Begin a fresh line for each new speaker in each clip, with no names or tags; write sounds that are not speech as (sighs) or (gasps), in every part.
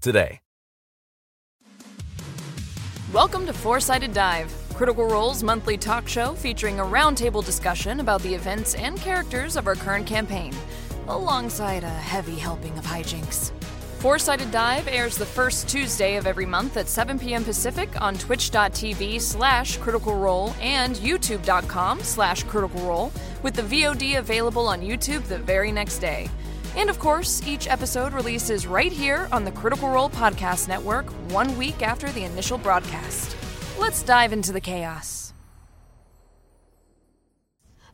today.
Welcome to Four Sided Dive, Critical Role's monthly talk show featuring a roundtable discussion about the events and characters of our current campaign, alongside a heavy helping of hijinks. Four Sided Dive airs the first Tuesday of every month at 7 p.m. Pacific on twitch.tv slash critical role and youtube.com slash critical role, with the VOD available on YouTube the very next day. And of course, each episode releases right here on the Critical Role Podcast Network one week after the initial broadcast. Let's dive into the chaos.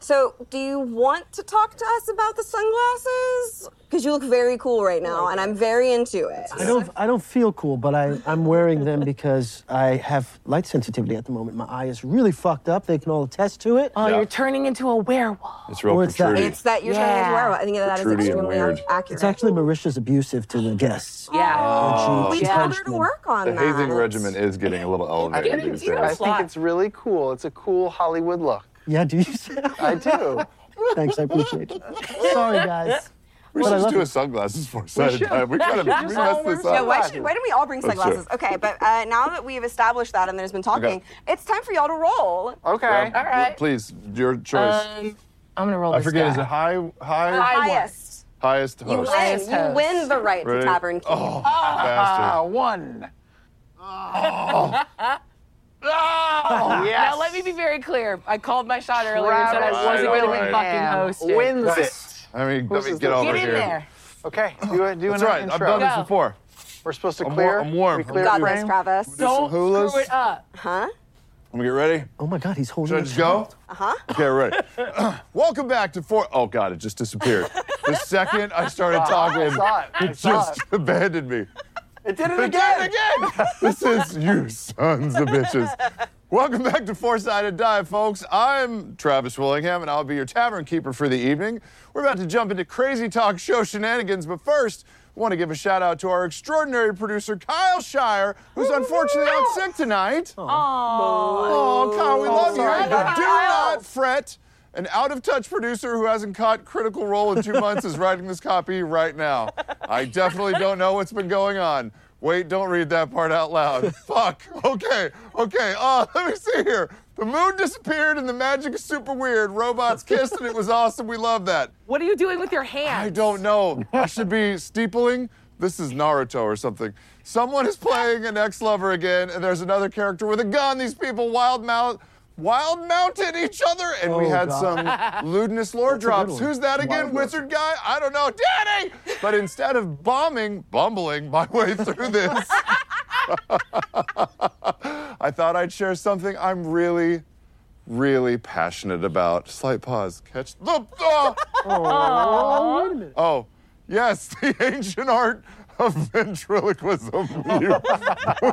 So, do you want to talk to us about the sunglasses? Because you look very cool right now, and I'm very into it.
I don't, I don't feel cool, but I, I'm wearing them because I have light sensitivity at the moment. My eye is really fucked up. They can all attest to it.
Oh, you're turning into a werewolf.
It's real
What's that?
protruding.
It's that you're trying to
Yeah.
wear. I think that is
Protruding and
extremely
weird.
accurate.
It's actually Marisha's abusive to the guests.
Yeah.
Oh.
And
we
she- she
told her
punched
to
me.
work on
The
that.
hazing regimen is getting a little elevated
getting
these
zero
I
days.
think it's really cool. It's a cool Hollywood look.
Yeah, do you say
I do.
(laughs) Thanks, I appreciate it. Sorry, guys.
We
But I
should just
love
do
it.
a sunglasses for a second
should.
time. We kind of
We should just
messed
all
this
wear
up.
Yeah, why, should, why don't we all bring
Let's do
sunglasses?
it.
Okay, but uh, now that we've established that and there's been talking,
Oh, Okay.
it's time for y'all to roll.
Okay.
Yeah,
All right.
Please, your choice.
Um, I'm gonna roll
I
this
forget,
guy.
is it high, high,
High.
Highest.
highest
You
host?
win.
Highest
You
host.
win the right to
Ready?
Tavern King.
Oh,
Ah,
(laughs)
bastard.
one. Oh. yes.
Now let me be very clear. I called my shot earlier and said I
Travis
wasn't going to
Willingham
be fucking hosting.
Wins it.
I mean, let me
is
get
this?
over
Get in
here.
there.
Okay. Do, a, do
That's
an
right.
intro.
I've done this
Go.
before.
We're supposed to
I'm
clear.
warm- I'm warm.
We
I'm
clear
good.
Got
the
this,
frame?
Travis.
Don't
Hulas.
screw it up.
Let me get ready.
Oh my God, he's holding
Should I
a
just
child.
go? Uh-huh. Okay, ready. (clears throat) Welcome back to Four Oh God, it just disappeared. the second I started talking,
I saw it. I saw
just (laughs) abandoned me.
It did it
It did
again.
it again. this is you sons of bitches. Welcome back to Four Sided Dive, folks. I'm Travis Willingham, and I'll be your tavern keeper for the evening. We're about to jump into crazy talk show shenanigans, but first, I want to give a shout out to our extraordinary producer, Kyle Shire, who's unfortunately out sick tonight. Oh, Kyle, we love you. But do not fret. An out of touch producer who hasn't caught Critical Role in two months is writing this copy right now. I definitely don't know what's been going on. Wait, don't read that part out loud. Fuck. Okay, okay. Uh, (laughs) let me see here. The moon disappeared and the magic is super weird. Robots kissed and it was awesome. We love that.
What are you doing with your hand?
(laughs)
I don't know. I
(laughs)
should be steepling. This is Naruto or something. Someone is playing an ex-lover again, and there's another character with a gun. These people wild mount, wild mounted each other, and we
Oh,
had
God. (laughs)
some lewdness lore
a good
drops.
one.
Who's that again?
Wild mounted.
Wizard guy? I don't know. Daddy! But instead of bombing, bumbling my way through this, (laughs) I thought I'd share something I'm really, really passionate about. Slight pause. Catch the. Oh.
Oh, wait a minute.
Oh, yes, the ancient art of ventriloquism. For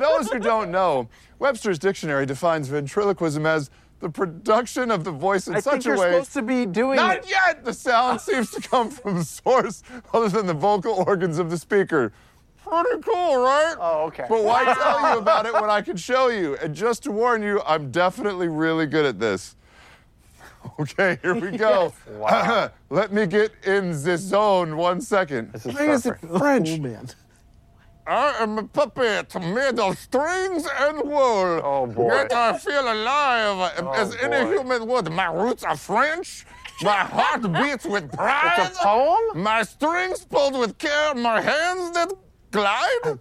those who don't know, Webster's dictionary defines ventriloquism as the production of the voice in
I
such
think
a
you're
way.
supposed to be doing
Not
it.
yet! The
Uh,
sound seems to come from (laughs) a source other than the vocal organs of the speaker. Pretty cool, right?
Oh, okay.
But
(laughs)
why tell you about it when I can show you? And just to warn you, I'm definitely really good at this. (laughs) Okay, here we go. (clears throat) Let me get in the zone one second.
This
(laughs)
is
Why is it
suffering.
French?
Oh, man.
I am a puppet made of strings and wool.
Oh, boy. Oh,
Yet I feel alive as any
boy.
human would. My roots are French. My heart beats with pride.
It's a poem?
My strings pulled with care. My hands that glide.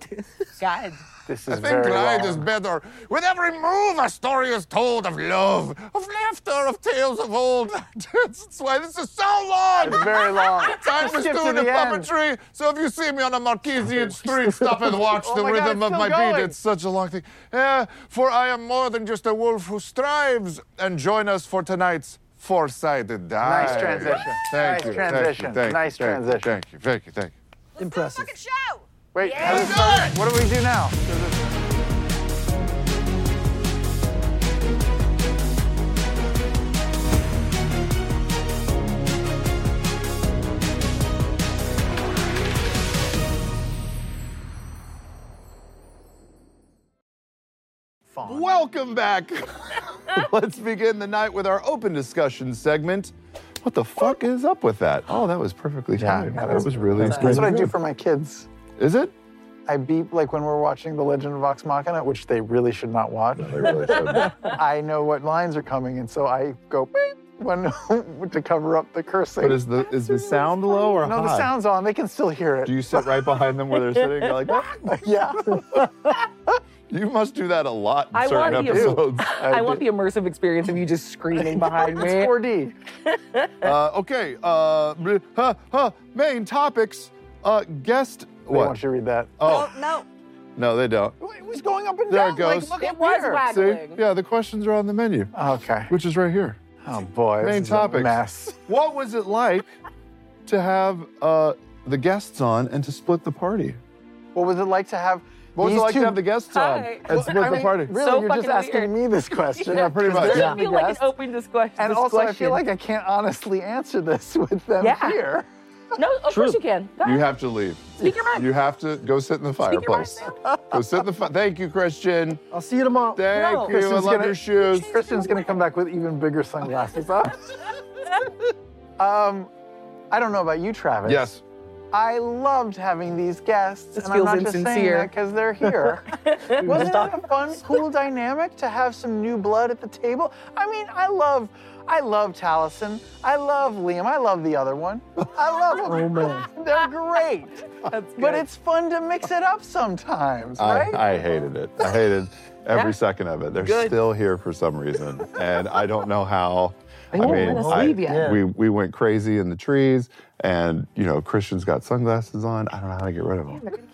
God.
This is
I think
very
glide
long.
is better. With every move, a story is told of love, of laughter, of tales of old. (laughs) That's why this is so long.
It's very long.
(laughs) Time
Just
for
skip to
doing the
the end.
puppetry. So if you see me on a Marquisian street, stop and watch
Oh
the
my God,
rhythm
it's
of
still
my beat.
going.
It's such a long thing. Yeah, for I am more than just a wolf who strives. And join us for tonight's four-sided dive.
transition.
Thank you.
Nice
thank you,
transition.
Thank you.
Nice
thank you,
transition.
Thank you. Thank you. Thank you.
impressive.
show.
Wait, how does it start? what do we do now? Fine.
Welcome back. (laughs) Let's begin the night with our open discussion segment. What the fuck is up with that? Oh, that was perfectly
Yeah,
timed.
that
That
was-
was really
That's what I do for my kids.
Is it?
I beep like when we're watching The Legend of Vox Machina, which they really should not watch.
I really should.
(laughs) I know what lines are coming, and so I go beep when (laughs) to cover up the cursing.
But is the is the sound low or
no,
high?
the sound's on. They can still hear it.
Do you sit right behind them where they're sitting? You're like,
(laughs)
"Ah,
yeah.
you must do that a lot in
I
certain
want you. (laughs)
episodes.
I want the immersive experience of you just screaming behind
(laughs) It's
me.
4D.
Uh, okay. Uh, bleh, huh, huh, main topics. Uh, guest.
Why
What?
don't you read that?
Oh
no.
no, they don't.
It was going up and
There
down.
it goes.
Like, look
It
up
was
here.
wagging.
See?
Googling.
Yeah, the questions are on the menu,
Okay.
which is right here.
Oh boy.
Main
this is a
topics.
Mess.
What was it like to have uh, the guests on and to split the party?
What was it like to have?
What was
these
it like
two-
to have the guests on
Hi.
and split
I
the
mean,
party?
Really,
So
you're just
fucking weird.
asking me this question.
Yeah,
pretty much,
It
yeah.
doesn't feel like an open discussion.
And also, I feel
discussion.
like I can't honestly answer this (laughs) with them
Yeah.
here.
no, of course you can. Go
You
ahead.
have to leave.
Speak your mind.
You have to go sit in the
your
fireplace. Go sit in the fire. Thank you, Christian.
I'll see you tomorrow.
Thank
No.
you. I love
gonna,
your shoes.
Kristen's gonna come back with even bigger
(laughs)
sunglasses on. um, I don't know about you, Travis.
Yes.
I loved having these guests,
This
and
feels
I'm not just saying
insincere.
that because
(laughs)
they're here. Wasn't it a fun, cool dynamic to have some new blood at the table? I mean, I love, I love Taliesin. I love Liam. I love the other one. I
(laughs)
love them.
Oh, man.
(laughs) They're great. But it's fun to mix it up sometimes, right?
I, I hated it. I hated every second of it. They're still here for some reason, and I don't know how. I
won't
mean,
let us
I-
leave yet.
Yeah.
we we went crazy in the trees, and you know, Christian's got sunglasses on. I don't know how to get rid of them.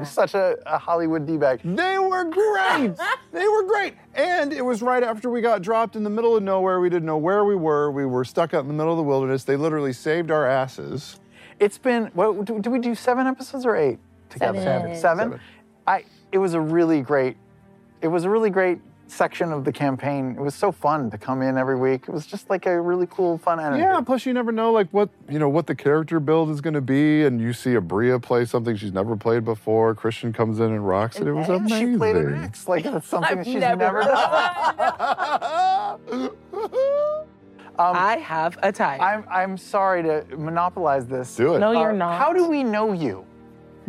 He's such a, a Hollywood d-bag.
They were great.
(laughs)
they were great. And it was right after we got dropped in the middle of nowhere. We didn't know where we were. We were stuck out in the middle of the wilderness. They literally saved our asses.
It's been what do, do we do seven episodes or eight together?
Seven.
Seven.
I it was a really great it was a really great section of the campaign. It was so fun to come in every week. It was just like a really cool, fun energy.
Yeah, plus you never know like what you know what the character build is gonna be, and you see a Bria play something she's never played before. Christian comes in and rocks it. It was
And
amazing.
she played an ex. Like
(laughs)
that's something that she's never, (laughs) done.
I have a type.
Um, I'm I'm sorry to monopolize this.
Do it.
no,
Uh,
you're not.
How do we know you?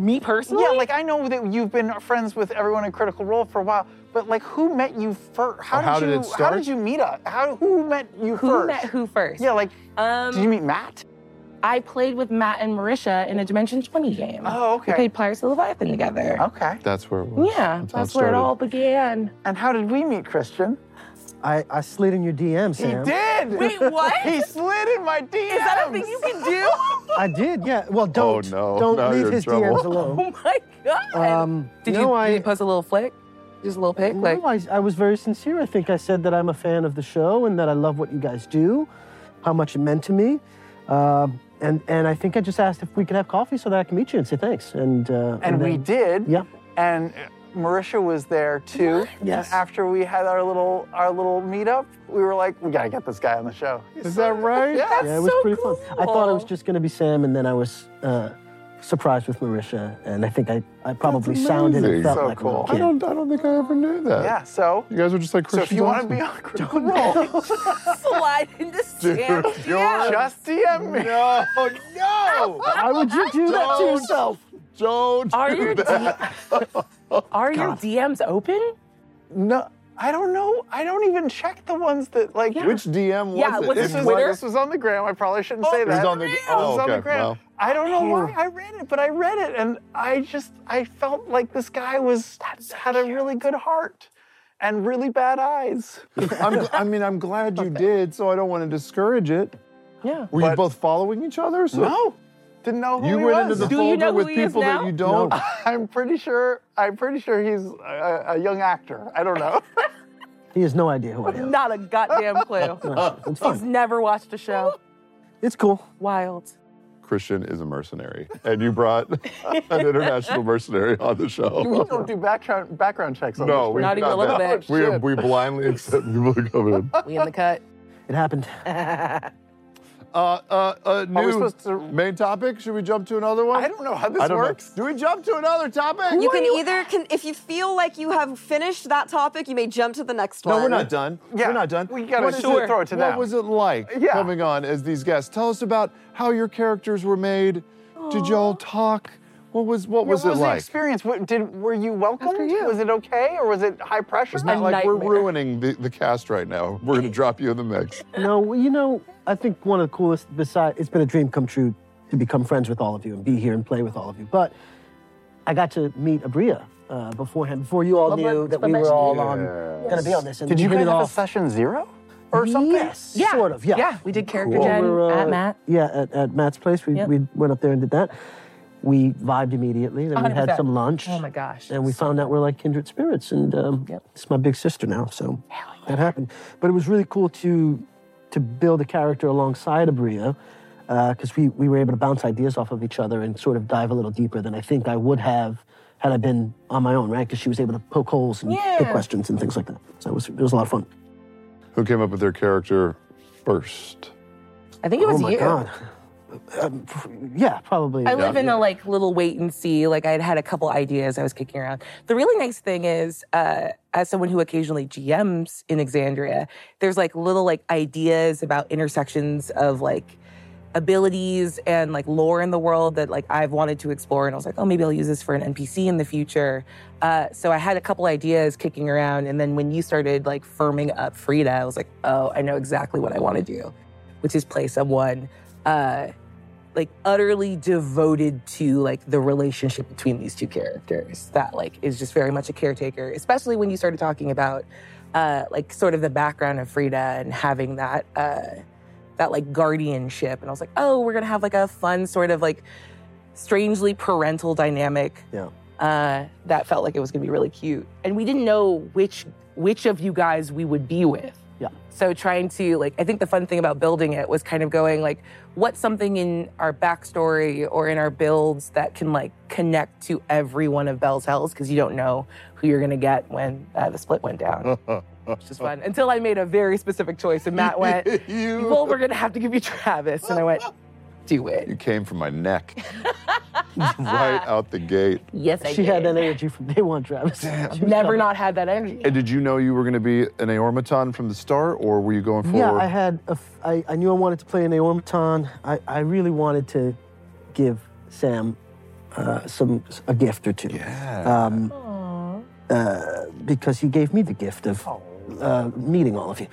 me personally?
Yeah, like I know that you've been friends with everyone in Critical Role for a while, but like who met you first? How,
Oh, how
did
did
you
it
how
start?
did you meet us? How who met you
who
first?
met who first?
Yeah, like
Um,
did you meet Matt?
I played with Matt and Marisha in a Dimension 20 game.
Oh, okay.
We played Pirates of the Leviathan together.
Okay.
(laughs) That's where it was.
Yeah,
how
that's where it
started.
all began.
And how did we meet Christian?
I, I slid in your DM, Sam.
did.
Wait, what?
he slid in my DMs. Is
that a thing you can do?
I did, yeah. Well, don't.
Oh, no.
Don't
Now
leave
you're in
his
trouble.
DMs
(laughs)
alone.
(laughs) Oh my god.
Um,
did,
no,
you,
I,
did you post a little flick? Just a little pic? like
no, I, I was very sincere. I think I said that I'm a fan of the show and that I love what you guys do, how much it meant to me. Um and, and I think I just asked if we could have coffee so that I can meet you and say thanks. And, uh,
and we
then-
did.
Yeah.
And Marisha was there too.
Yes.
And after we had our little our little meetup, we were like, we gotta get this guy on the show.
Is that right?
Yeah.
Yeah, it was
so
pretty fun. I thought it was
cool.
just going to be Sam, and then I was uh, surprised with Marisha, and I think I, I probably
That's
sounded
amazing.
and felt
So
like a little
cool.
I
kid.
don't I don't think I ever knew that.
Yeah. So
You guys were just like
so
Christian.
if you want to be on Critical Role,
(laughs) slide into
(laughs)
Sam.
(laughs) you're-
just DM me.
No, no!
Why would you do that to
Don't.
yourself?
Don't
Are
do
your
that.
D- (laughs) are your DMs open?
No. I don't know. I don't even check the ones that like.
Which DM was
Yeah,
it?
was it
It's
This was,
Twitter?
this was on the gram. I probably shouldn't say
was
that.
on the-
This
oh,
was on the
okay,
gram.
well.
I don't know why I read it, but I read it, and I just I felt like this guy was had a really good heart and really bad eyes.
(laughs) I'm, gl- I mean, I'm glad you did, so I don't want to discourage it.
Yeah.
Were you
But-
both following each other? So
No, didn't know who
You
he
went
was.
into the
Do you
folder
know who
with
he is
people that
now?
you don't.
No.
(laughs) I'm pretty sure. I'm pretty sure he's a, a young actor. I don't
(laughs)
know.
He has no idea who I am.
Not a goddamn clue.
It's
He's
fine.
never watched a show.
It's cool.
Wild.
(laughs) Christian is a mercenary, and you brought (laughs) an international mercenary on the
(laughs) We
show. (laughs)
don't do background background checks on
No, we
this.
Not
did
even a little
that.
bit.
We,
Shit.
we blindly accept people that come (laughs) in.
We in the cut.
It happened.
Uh, uh, uh, new
Are we supposed to-
main topic? Should we jump to another one?
I don't know how this
I don't know.
works.
Do we jump to another topic?
You can either, can, if you feel like you have finished that topic, you may jump to the next
No,
one.
we're not done.
Yeah,
we're not done.
we gotta
What is
sure
it-
throw it to
What
them.
was it like
Yeah.
coming on as these guests? Tell us about how your characters were made. Did y'all talk? What was what
What was,
was it
the
like?
experience? What, did were you welcomed?
you.
Was it okay or was it high pressure?
It's not like we're
nightmare.
ruining the, the cast right now. We're gonna drop you in the mix.
No, well, you know, I think one of the coolest, besides, it's been a dream come true to become friends with all of you and be here and play with all of you. But I got to meet Abria uh, beforehand, before you all knew that we were all on, going to be on this. And
Did you
hit
guys
it
have a
off.
session zero or something?
Yes, sort of, yeah.
Yeah, we did character
Cool.
gen
We're, uh,
at Matt.
Yeah, at, at Matt's place. We,
Yep.
we went up there and did that. We vibed immediately. Then we had
100%.
some lunch.
Oh my gosh.
And we found out we're like kindred spirits. And um, it's my big sister now. So that happened. But it was really cool to to build a character alongside Abria because we, we were able to bounce ideas off of each other and sort of dive a little deeper than I think I would have had I been on my own, right? Because she was able to poke holes and pick
Yeah.
questions and things like that. So it was, it was a lot of fun.
Who came up with their character first?
I think it was
oh my
you.
God. Um, yeah, probably.
I live in a like little wait and see. Like I had had a couple ideas I was kicking around. The really nice thing is, uh, as someone who occasionally GMs in Exandria, there's like little like ideas about intersections of like abilities and like lore in the world that like I've wanted to explore. And I was like, oh, maybe I'll use this for an NPC in the future. Uh, so I had a couple ideas kicking around, and then when you started like firming up Frida, I was like, oh, I know exactly what I want to do, which is play someone. Uh, like utterly devoted to like the relationship between these two characters that like is just very much a caretaker especially when you started talking about uh like sort of the background of frida and having that uh that like guardianship and i was like oh we're gonna have like a fun sort of like strangely parental dynamic
Yeah.
uh that felt like it was gonna be really cute and we didn't know which which of you guys we would be with
Yeah.
so trying to like i think the fun thing about building it was kind of going like what's something in our backstory or in our builds that can like connect to every one of Bell's Hells because you don't know who you're gonna get when uh, the split went down, (laughs) which is fun. Until I made a very specific choice, and Matt (laughs) went,
(laughs) you,
"Well, we're gonna have to give you Travis," and I went, "Do
you
it."
came from my
(laughs)
neck. right out the gate.
Yes, I
She
did.
had that energy from day one, Travis. She was
Never
coming.
not had that energy.
And did you know you were gonna be an Aormaton from the start, or were you going forward?
Yeah, I had. A f- I, I knew I wanted to play an Aormaton. I, I really wanted to give Sam uh, some a gift or two.
Yeah.
Um, uh, because he gave me the gift of uh, meeting all of you.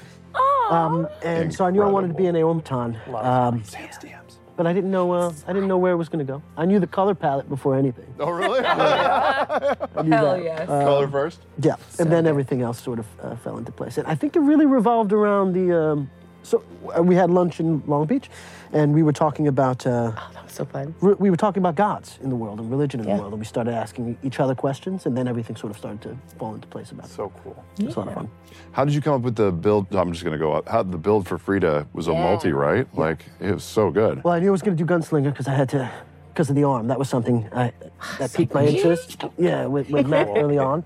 Um, and so I knew I wanted to be an Aormaton. Um,
Sam's DMs.
but I didn't know. Uh, I didn't know where it was going to go. I knew the color palette before anything.
Oh
(laughs)
really?
Hell yes.
Color first.
Yeah, and then everything else sort of uh, fell into place. And I think it really revolved around the. Um, so uh, we had lunch in Long Beach, and we were talking about uh,
that was so fun.
re- we were talking about gods in the world and religion in the world, and we started asking each other questions, and then everything sort of started to fall into place about it.
So cool.
It was a lot of fun.
How did you come up with the build? I'm just gonna go up. How the build for Frida was a multi, right? Like it was so good.
Well, I knew I was going to do gunslinger because I had to, because of the arm. That was something I, that piqued my interest. Yeah, with, with
(laughs)
Matt early on.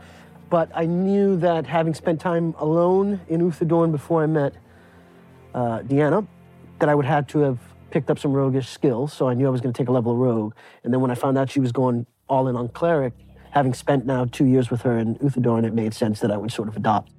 But I knew that having spent time alone in Uthadorn before I met uh, Deanna, that I would have to have picked up some roguish skills. So I knew I was going to take a level of rogue. And then when I found out she was going all in on cleric, having spent now two years with her in Uthadorn, it made sense that I would sort of adopt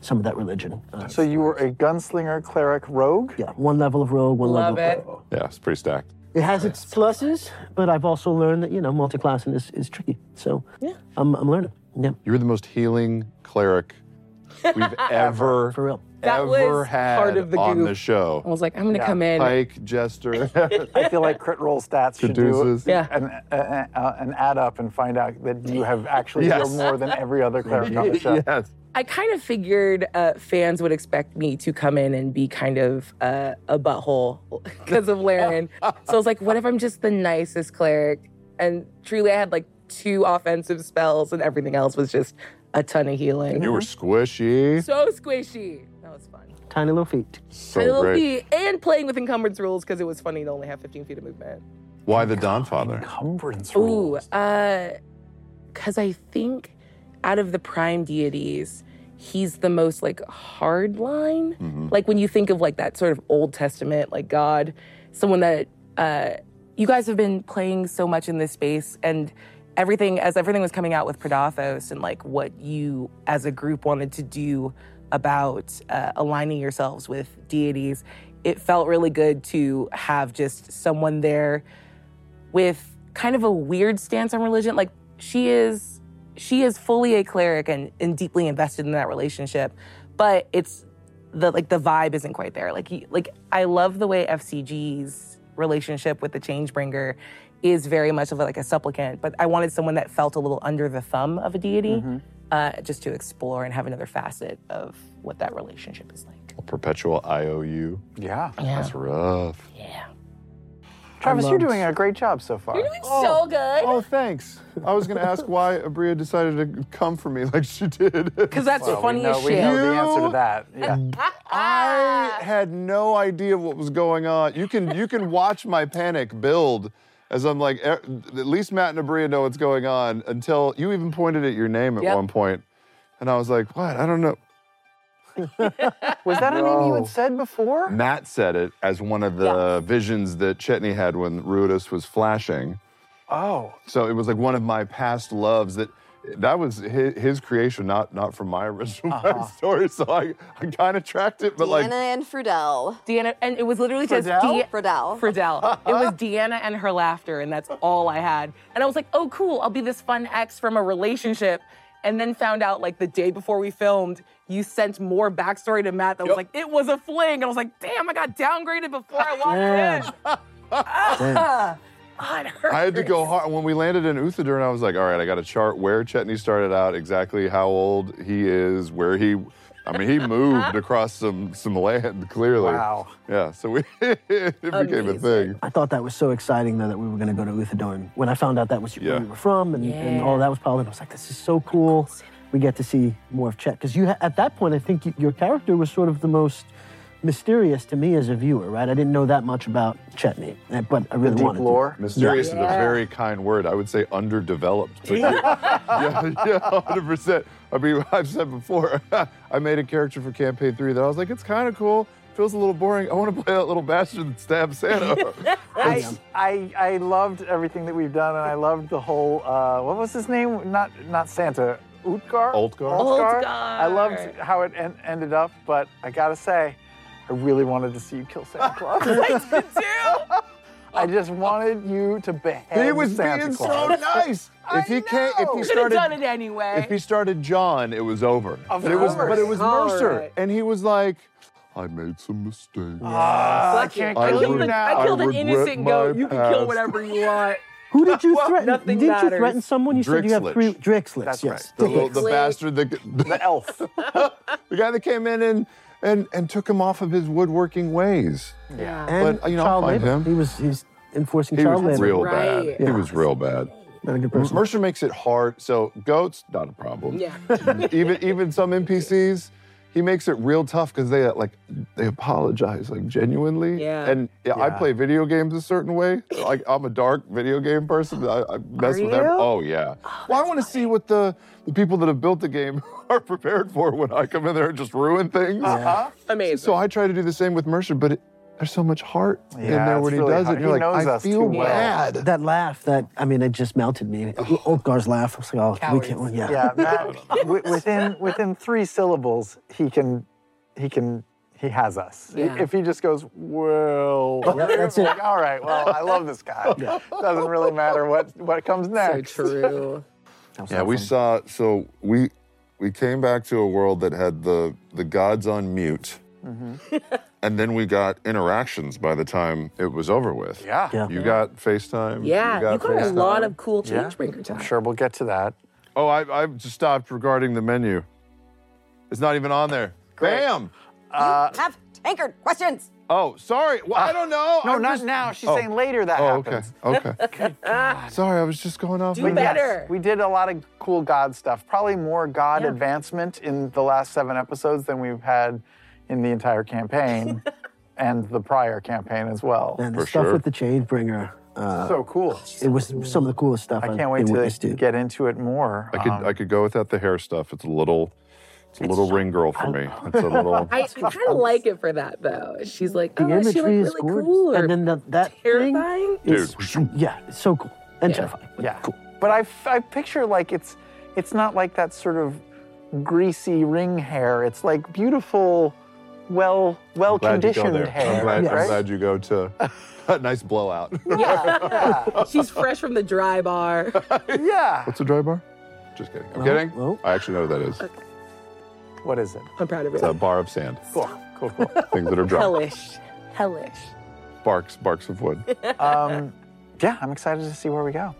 some of that religion. Uh,
So you were a gunslinger, cleric, rogue.
yeah, one level of rogue, one
Love
level of
it.
Yeah, it's pretty stacked.
It has its pluses, but I've also learned that you know multi-classing is, is tricky. So yeah, I'm, I'm learning. Yeah,
You were the most healing cleric
(laughs)
we've ever
for real.
That was
ever had
part of the Oh,
on
goop.
the
I
show.
was like, I'm gonna come in.
Pike, Jester, (laughs)
I feel like crit roll stats should do
Caduceus.
Yeah.
an, uh, uh, an add up and find out that you have actually
Yes.
you're more than every other cleric
(laughs)
on the show.
yes.
I kind of figured uh, fans would expect me to come in and be kind of uh, a butthole (laughs) because of Laren. so I was like, what if I'm just the nicest cleric? And truly, I had like two offensive spells, and everything else was just a ton of healing.
You were squishy.
Mm-hmm. so squishy. That was fun.
Tiny little feet.
So
Tiny little
Oh, great.
feet, and playing with encumbrance rules because it was funny to only have 15 feet of movement.
Why the Don
Oh
Father?
Encumbrance
Ooh,
rules.
uh, because I think out of the prime deities, he's the most like hard line. Like when you think of like that sort of Old Testament, like God, someone that uh, you guys have been playing so much in this space and everything as everything was coming out with Predathos and like what you as a group wanted to do about uh, aligning yourselves with deities. It felt really good to have just someone there with kind of a weird stance on religion. Like she is she is fully a cleric and, and deeply invested in that relationship, but it's the like the vibe isn't quite there. Like he, like I love the way FCG's relationship with the Changebringer is very much of like a supplicant, but I wanted someone that felt a little under the thumb of a deity.
Mm-hmm.
Uh, just to explore and have another facet of what that relationship is like.
Perpetual IOU.
Yeah.
That's rough.
(laughs)
Travis, you're doing a great job so far.
so good.
Oh, thanks. I was going to ask why Abria decided to come for me like
(laughs)
she did.
Because that's
Well,
funny
we know,
as
we
shit.
know the
You-
answer to that. Yeah.
I had no idea what was going on. You can you can watch my panic build as I'm like, "Eh, at least Matt and Abria know what's going on until you even pointed at your name at
Yep.
one point, and I was like, what? I don't know.
Was that a name you
No.
had said before?
Matt said it as one of the visions that Chetney had when Rudis was flashing.
Oh.
So it was like one of my past loves that that was his, his creation, not not from my original (laughs) backstory. So I, I kind of tracked it, but like
Deanna and Frudel.
Deanna, and it was literally just
Friedel?
Deanna.
Friedel.
It
(laughs)
was Deanna and her laughter, and that's all I had. And I was like, oh, cool, I'll be this fun ex from a relationship. And then found out, like, the day before we filmed, you sent more backstory to Matt that was like, it was a fling. And I was like, damn, I got downgraded before I walked
Damn.
(laughs)
in. Ah, God, it hurts.
I had to go hard when we landed in Uthodurn. I was like, all right, I got to chart where Chetney started out, exactly how old he is, where he. I mean, he moved across some some land clearly.
Wow.
Yeah, so we (laughs) it became a
Amazing.
thing.
I thought that was so exciting though that we were going to go to Uthadorn. When I found out that was
Yeah.
where we were from and, and
Yeah.
all that was Paladin, I was like, this is so cool. We get to see more of Chet because you ha- at that point I think y your character was sort of the most mysterious to me as a viewer, right? I didn't know that much about Chetney, eh, but I really
Deep
wanted
lore.
Mysterious is a very kind word. I would say underdeveloped. but you- yeah, yeah, 100%. I mean, (laughs) I've said before, I made a character for campaign three that I was like, it's kind of cool. Feels a little boring. I want to play that little bastard that stabs Santa.
I, I I loved everything that we've done, and I loved the whole. Uh, what was his name? Not not Santa. Utgar.
Altgar?
Altgar.
I loved how it en- ended up, but I gotta say, I really wanted to see you kill
(laughs)
Santa Claus.
to do.
(laughs)
I just wanted you to behead
He was
Oh, Santa
being so
Claus.
nice.
(laughs) I
if he can't, if he
know. Could've
Could have
started,
done it eh? anyway.
if he started John, it was over.
Of
but it was,
course.
but it was
All
Mercer,
right.
and he was like, "I made some mistakes."
Ah, I
Fuck you.
can't
I
kill
killed,
you
an,
now.
I killed
I
an
regret
innocent goat.
my
You can kill
past.
whatever you
(laughs)
want.
Who did
(laughs)
you threaten?
nothing
did you
matters.
threaten someone? You said you have three Drixlets.
That's
yes.
The, little-
Drixlets.
the bastard, the,
The elf.
(laughs) the guy that came in and, and and took him off of his woodworking ways.
and
But, you know, I'll
child
find
labor.
him.
He was he's enforcing
He
child
was
labor.
real
Right.
bad. He was real bad.
Not a good person.
Mercer makes it hard. So goats, not a problem.
Yeah.
(laughs) even even some NPCs, he makes it real tough because they uh, like they apologize like genuinely.
Yeah.
And yeah, I play video games a certain way. Like I'm a dark video game person. I, I mess
Are
with every-
you?
Oh yeah. well, I want to see what the the people that have built the game (laughs) are prepared for when I come in there and just ruin things.
Huh?
Amazing.
So I try to do the same with Mercer, but it, there's so much heart in
Yeah,
there
it's
when he
really
does
hard.
it. You're
He
like,
knows
I
us
feel
too well.
bad.
that laugh, that I mean, it just melted me. Olgar's laugh. I was like, oh, we can't. Well, yeah.
Yeah,
(laughs)
(laughs) Matt, wi- within within three syllables, he can, he can, he has us. I-
Yeah.
If he just goes, well, (laughs)
that's it.
like, all right, well, I love this (laughs) guy. Doesn't really matter what what comes next. (laughs)
true.
That was
Yeah, we
awesome.
saw. So we we came back to a world that had the the gods on mute,
(laughs)
and then we got interactions. By the time it was over with,
Yeah.
Yeah.
you got FaceTime.
Yeah, you got, a
FaceTime.
lot of cool
Yeah.
Changebringer time.
I'm sure we'll get to that.
Oh, I I just stopped regarding the menu. It's not even on there. Bam. Uh,
Have anchored questions.
Oh, sorry. Well, I don't know.
No,
I'm
not
just-
now. She's
Oh.
saying later that
Oh, okay.
happens.
Okay. Sorry, I was just going off.
Do
my-
better.
we did a lot of cool God stuff. Probably more God advancement in the last seven episodes than we've had in the
(laughs)
entire campaign and the prior campaign as well.
And the
For
stuff
sure.
with the Chainbringer. uh,
so cool.
It was some of the coolest stuff
I can't wait to
witness to.
get into it more.
I could
Um,
I could go without the hair stuff. It's a little it's a little ring girl for me. It's a little
I, kind of like it for that though. She's like,
The
oh,
imagery
she looked
is
really
gorgeous,
cool.
and
or
then the, that thing,
terrifying.
dude.
yeah, it's so cool and terrifying.
yeah. But I, f- I picture like it's it's not like that sort of greasy ring hair. It's like beautiful, well well
Glad you go
conditioned
there. I'm
hair.
glad, I'm
right?
glad you go to (laughs) a nice blowout.
She's fresh from the dry bar.
(laughs) yeah.
What's a dry bar? Just kidding. I'm kidding.
well.
I actually know what that is.
What is it?
I'm proud of
(laughs) It's a
it.
bar of sand.
Cool. Cool. Cool.
(laughs)
Things that are dry.
Hellish, hellish.
Barks, barks of wood.
um, yeah, I'm excited to see where we go.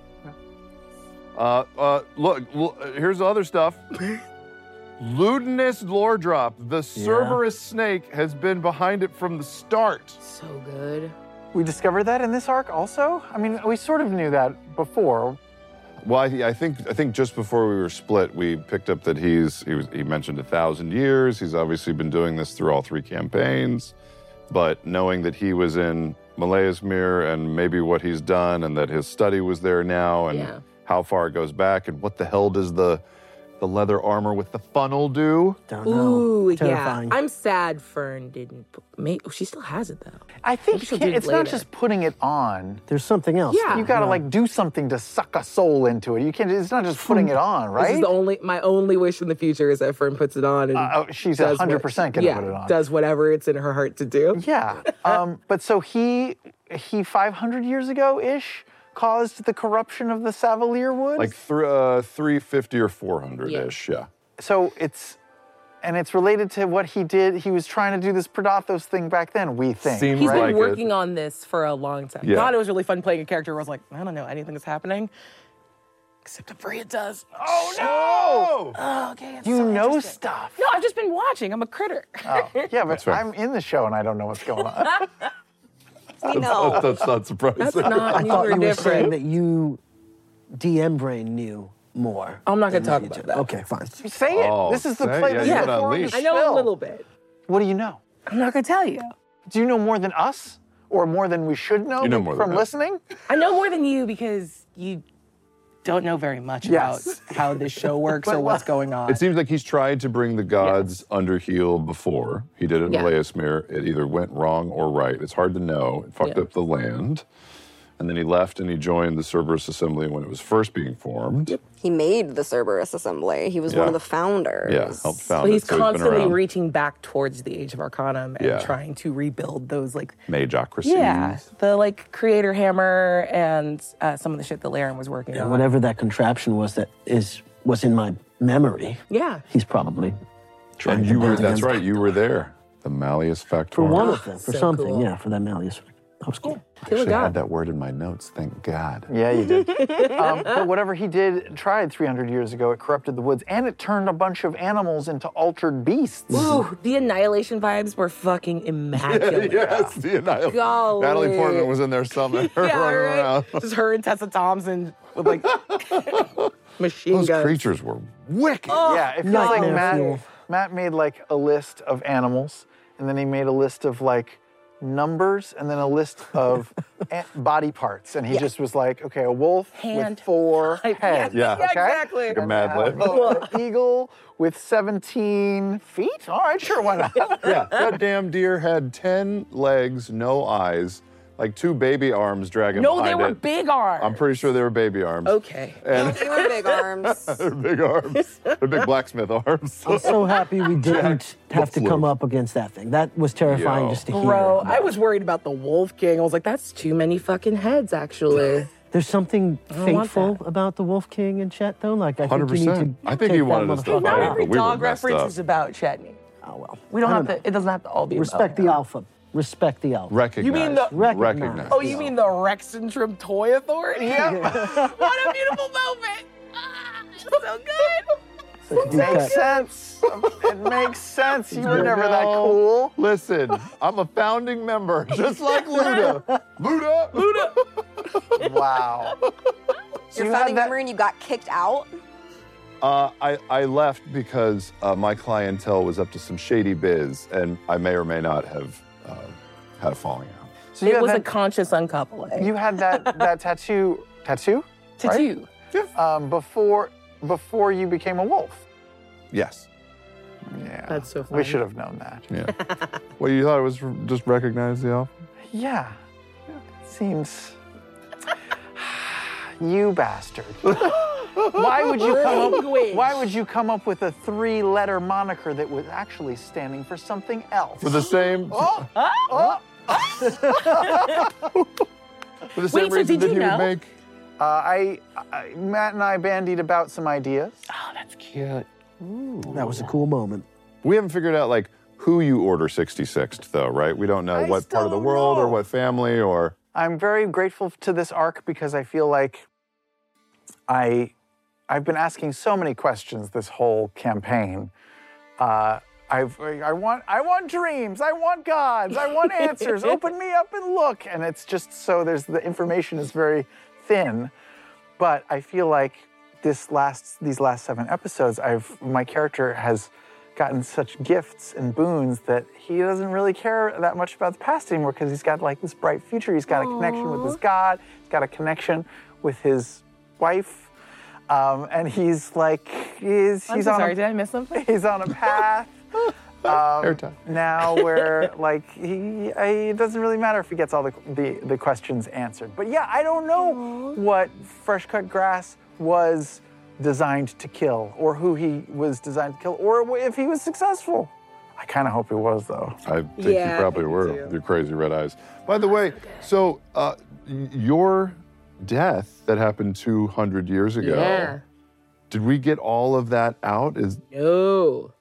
Uh, uh, look, l- here's the other stuff. Ludinous lore drop. The Cerberus snake has been behind it from the start.
So good.
We discovered that in this arc also? I mean, we sort of knew that before.
Well, I, I think I think just before we were split, we picked up that he's he was he mentioned a thousand years. He's obviously been doing this through all three campaigns, but knowing that he was in Malaya's mirror and maybe what he's done and that his study was there now and
Yeah.
how far it goes back and what the hell does the the leather armor with the funnel do?
Don't know.
Ooh, yeah.
terrifying.
I'm sad Fern didn't. Maybe, oh, she still has it though.
I think
Maybe she'll
you can't-
do it
it's not
later.
just putting it on.
There's something else.
Yeah.
You gotta like do something to suck a soul into it. You can't. It's not just
(laughs)
putting it on,
This is
right?
the only my only wish from the future is that Fern puts it on and
Uh, oh, she's
does
100%
what-
gonna
yeah,
put it on.
Does whatever it's in her heart to do.
Yeah. Um, (laughs) but so he he 500 years ago ish caused the corruption of the Savalier Woods.
Like thr uh, three fifty or four hundred ish. Yeah.
so it's and it's related to what he did. He was trying to do this Predathos thing back then. We think.
Seems
He's
like
been working
it.
on this for a long time.
Yeah.
God, it was really fun playing a character where I was like, I don't know anything that's happening. Except I'm afraid it does. Oh
Oh!
no! Okay, it's
you
so
know
interesting.
stuff.
No, I've just been watching. I'm a critter.
Yeah, but
right.
I'm in the show and I don't know what's
(laughs)
going on.
I know.
That's not surprising.
That's
(laughs)
not
I
new
thought
or
you were
different.
saying that you, DM brain knew more.
I'm not
than
gonna
you
talk
did.
about that.
Okay, fine.
Say it.
Oh,
this is the
say it.
play.
Yeah,
this
you
is
gotta
the form
unleash.
to
I know a
spill.
little bit.
What do you know?
I'm not gonna tell you.
Do you know more than us, or more than we should know,
You know more than
from
us.
listening?
I know more than you because you don't know very much
Yes.
about how this show works or what's going on.
It seems like he's tried to bring the gods under heel before. He did it in
Yeah.
Laesmere. It either went wrong or right. It's hard to know. It fucked
Yeah.
up the land. And then he left and he joined the Cerberus Assembly when it was first being formed.
He made the Cerberus Assembly. He was one
Yeah.
of the founders.
Yeah, helped found
But
it.
he's
so
constantly
he's been around.
reaching back towards the Age of Arcanum and
Yeah.
trying to rebuild those like
Magocracy.
yeah, the like creator hammer and uh, some of the shit that Laren was working on.
Whatever that contraption was that is was in my memory,
Yeah,
he's probably trying
And
to
you were,
build
that's
against-
right, you were there. The Malleus Factorum.
For one of them, for
So
something,
cool.
yeah, for that Malleus. That was cool.
kill a
Actually, I had
god.
that word in my notes, thank God.
(laughs)
Yeah, you did. um, but whatever he did, tried 300 years ago, it corrupted the woods and it turned a bunch of animals into altered beasts.
Ooh, the annihilation vibes were
(laughs)
fucking immaculate.
Yes, the annihilation.
Golly.
Natalie Portman was in there somewhere (laughs) running
(laughs) Yeah,
around.
right? Just her and Tessa Thompson with
(laughs)
like machine
Those
guns.
creatures were wicked.
Yeah, it feels like
Nightmare
Matt,
fuel.
Matt made like a list of animals and then he made a list of like numbers and then a list of a- body parts. And he just was like, okay, a wolf
Hand.
with four
Yeah,
heads.
Yeah.
okay?
exactly.
Like a mad lib.
Well, eagle with 17 feet? All right, sure, why not?
yeah, that damn deer had ten legs, no eyes, like two baby arms dragging
No,
behind
they were
it.
big arms.
I'm pretty sure they were baby arms.
Okay.
And
They were big arms.
(laughs) they're big arms. They're big
(laughs)
blacksmith arms.
I'm so happy we didn't have to
Buffalo.
come up against that thing. That was terrifying
Yo.
just to hear.
Bro,
about.
I was worried about the Wolf King. I was like, that's too many fucking heads,
(laughs)
actually.
There's something
don't want
fateful about the Wolf King and Chet, though. Like, I think you need to.
100%. I think
take
he
that
wanted us to
motherfucker
fight.
Not
out.
every
but we were
dog
messed
reference
up.
is about Chetney.
Oh well,
We don't
I
have
know.
to. It doesn't have to all be
respect the
about
alpha. Respect the alpha.
Recognize.
You mean the-
Recognize.
Recognize.
Oh, you mean the Rex Syndrome Toy Authority? Yep. (laughs) what a beautiful (laughs) moment. Ah, it's so good.
We've got-
Makes sense. It makes sense. You were never that
No.
cool.
Listen, I'm a
(laughs)
founding member, just like Luda. Luda. Luda.
Wow. So
Your
(laughs)
founding
you had that-
member and you got kicked out.
Uh, I, I left because uh, my clientele was up to some shady biz, and I may or may not have uh, had a falling out.
So you
it
had
was
that,
a conscious uncoupling.
you had (laughs) that that tattoo tattoo
to
right?
do.
um, before before you became a wolf.
Yes.
Yeah,
That's so
We
funny.
should have known that.
Yeah.
(laughs)
well, you thought it was r- just recognize the elf?
Yeah, seems. (sighs) you (laughs) bastard. Why would you come up?
Language.
Why would you come up with a three-letter moniker that was actually standing for something else?
For the same.
Oh, oh. (laughs)
For the same
Wait, so did
reason that
you
he would
know?
make.
Uh, I, I Matt and I bandied about some ideas.
That was a cool moment.
We haven't figured out like who you order 66th though, right? We don't know
I
what
still
part of the
don't
world or
know.
what family or
I'm very grateful to this arc because I feel like I I've been asking so many questions this whole campaign. Uh, I've, I want I want dreams. I want gods. I want answers. Open me up and look. And it's just so there's the information is very thin, but I feel like this last these last seven episodes, I've my character has gotten such gifts and boons that he doesn't really care that much about the past anymore because he's got like this bright future. He's got a connection with his God. He's got a connection with his wife, um, and he's like he's
I'm
he's
so
on
sorry.
a,
Did I miss something?
(laughs) he's on a path
airtime.
now where
(laughs)
like he I, it doesn't really matter if he gets all the, the the questions answered. But yeah, I don't know what fresh cut grass was designed to kill, or who he was designed to kill, or if he was successful. I kind of hope he was though.
I think
Yeah,
you
I
probably
think
were
so.
with your crazy red eyes. By the way, so uh, y- your death that happened 200 years ago.
Yeah.
Did we get all of that out? Is
No.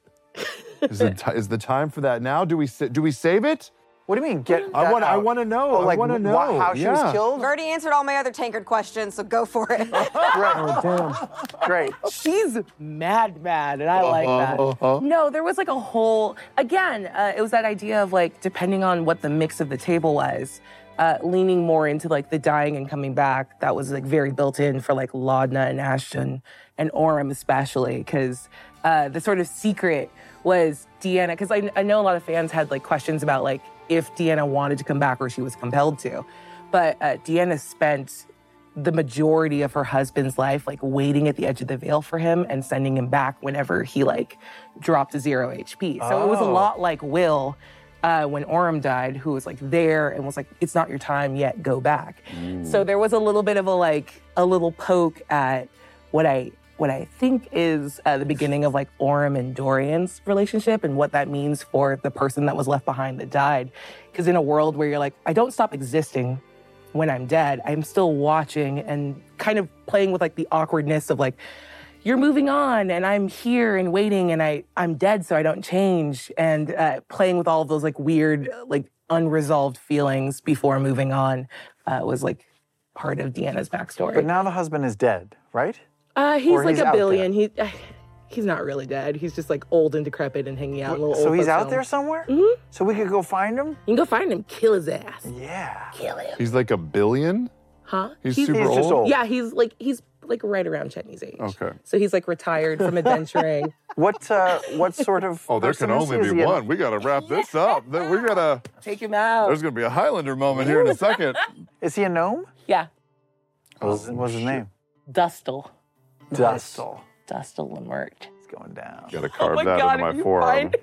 is the, ti- is the time for that now? Do we sa- do we save it?
What do you mean get?
I
that
want I
out?
want to know.
Oh,
I
like
want to
wh-
know
wh- how she
Yeah.
was killed.
(laughs)
I've already answered all my other tankard questions, so go for it.
Great,
Damn.
great.
She's mad, mad, and I like that.
uh-huh.
No, there was like a whole. Again, uh, it was that idea of like depending on what the mix of the table was, uh, leaning more into like the dying and coming back. That was like very built in for like Laudna and Ashton and Orem especially, because uh, the sort of secret was Deanna. Because I, I know a lot of fans had like questions about like if Deanna wanted to come back or she was compelled to, but uh, Deanna spent the majority of her husband's life like waiting at the edge of the veil for him and sending him back whenever he like dropped to zero HP. So it was a lot like Will uh, when Orem died, who was like there and was like, "It's not your time yet. Go back." So there was a little bit of a like a little poke at what I what I think is uh, the beginning of like Orem and Dorian's relationship and what that means for the person that was left behind that died. Because in a world where you're like, I don't stop existing when I'm dead, I'm still watching and kind of playing with like the awkwardness of like, you're moving on and I'm here and waiting and I, I'm dead so I don't change and uh, playing with all of those like weird, like unresolved feelings before moving on uh, was like part of Deanna's backstory.
But now the husband is dead, right?
Uh, he's
Or
like
he's
a
out
billion. He, (sighs) he's not really dead. He's just like old and decrepit and hanging out. In little
So
old
he's
folks'
out
home.
there somewhere.
Mm-hmm.
So we could go find him.
You can go find him, kill his ass,
Yeah.
kill him,
He's like a billion.
huh?
He's, super
he's
old.
just old.
Yeah, he's like he's like right around Chetney's age.
Okay.
So he's like retired from adventuring.
What uh, what sort of?
(laughs) Oh, there
person
can
is
only
he? Is
be
he a-
one. We got to wrap
(laughs)
this up. Then We got to.
(laughs) Take him out.
There's going to be a Highlander moment here in a
(laughs)
second.
Is he a gnome?
Yeah.
Oh,
What's, what's his name?
Dustle.
Dustle.
Dustle Limerick.
It's going down.
Got to carve
Oh my
that
God,
into
if
my
you
forearm.
find-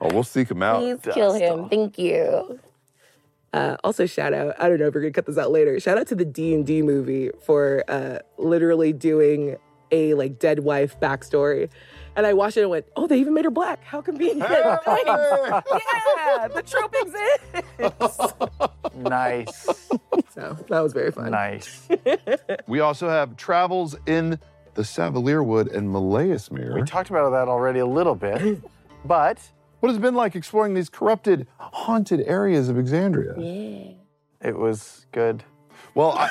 Oh, we'll seek him out.
Please (laughs) kill him. Thank you.
Uh, also, shout out. I don't know if we're gonna cut this out later. Shout out to the D and D movie for uh, literally doing a like dead wife backstory. And I watched it and went, oh, they even made her black.
(laughs)
How convenient. (laughs) Thanks.
yeah, the trope exists.
Nice.
(laughs)
(laughs)
so that was very fun.
nice.
We also have travels in the Savalier Wood and
We
Malayasmere.
talked about that already a little bit,
(clears throat)
but
what has it been like exploring these corrupted, haunted areas of Exandria?
it was good.
Well, I,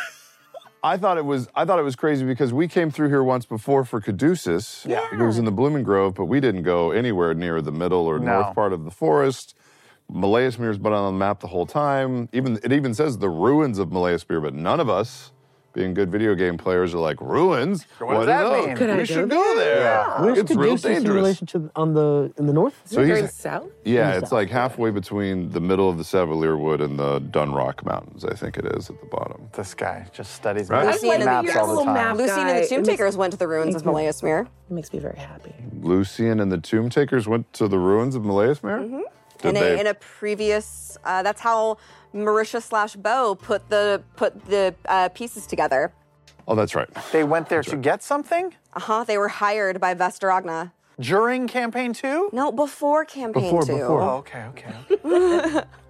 I thought it was I thought it was crazy because we came through here once before for Caduceus. Yeah. It was in the Blooming Grove, but we didn't go anywhere near the middle or
No.
north part of the forest. Malayasmere's been on the map the whole time. Even it even says the ruins of Malayasmere, but none of us being good video game players are like ruins.
does
what
that
are those?
mean?
Could I
we
go
should go there.
Where's
It's real
Caduceus in
dangerous.
relation to on the in the north?
So
They're in
he's
south.
yeah, it's like halfway between the middle of the Savalier Wood and the Dunrock Mountains. I think it is at the bottom.
This guy just studies
Right?
maps,
I like that
maps
you're
all
a
the
little
time.
map-
Lucine
Guy,
and the
it
Tomb
makes-
Takers went to the ruins of Malayasmir.
It makes me very happy.
Lucian and the Tomb Takers went to the ruins of Malayasmere. Mm-hmm. Did
in
they?
a, in a previous. Uh, that's how Marisha slash Bo put the put the uh, pieces together.
oh, that's (laughs) right.
They went there to get something
Uh huh. They were hired by Vestaragna.
during campaign two.
No, before campaign
Before,
two.
before.
Oh, okay, okay. okay.
(laughs)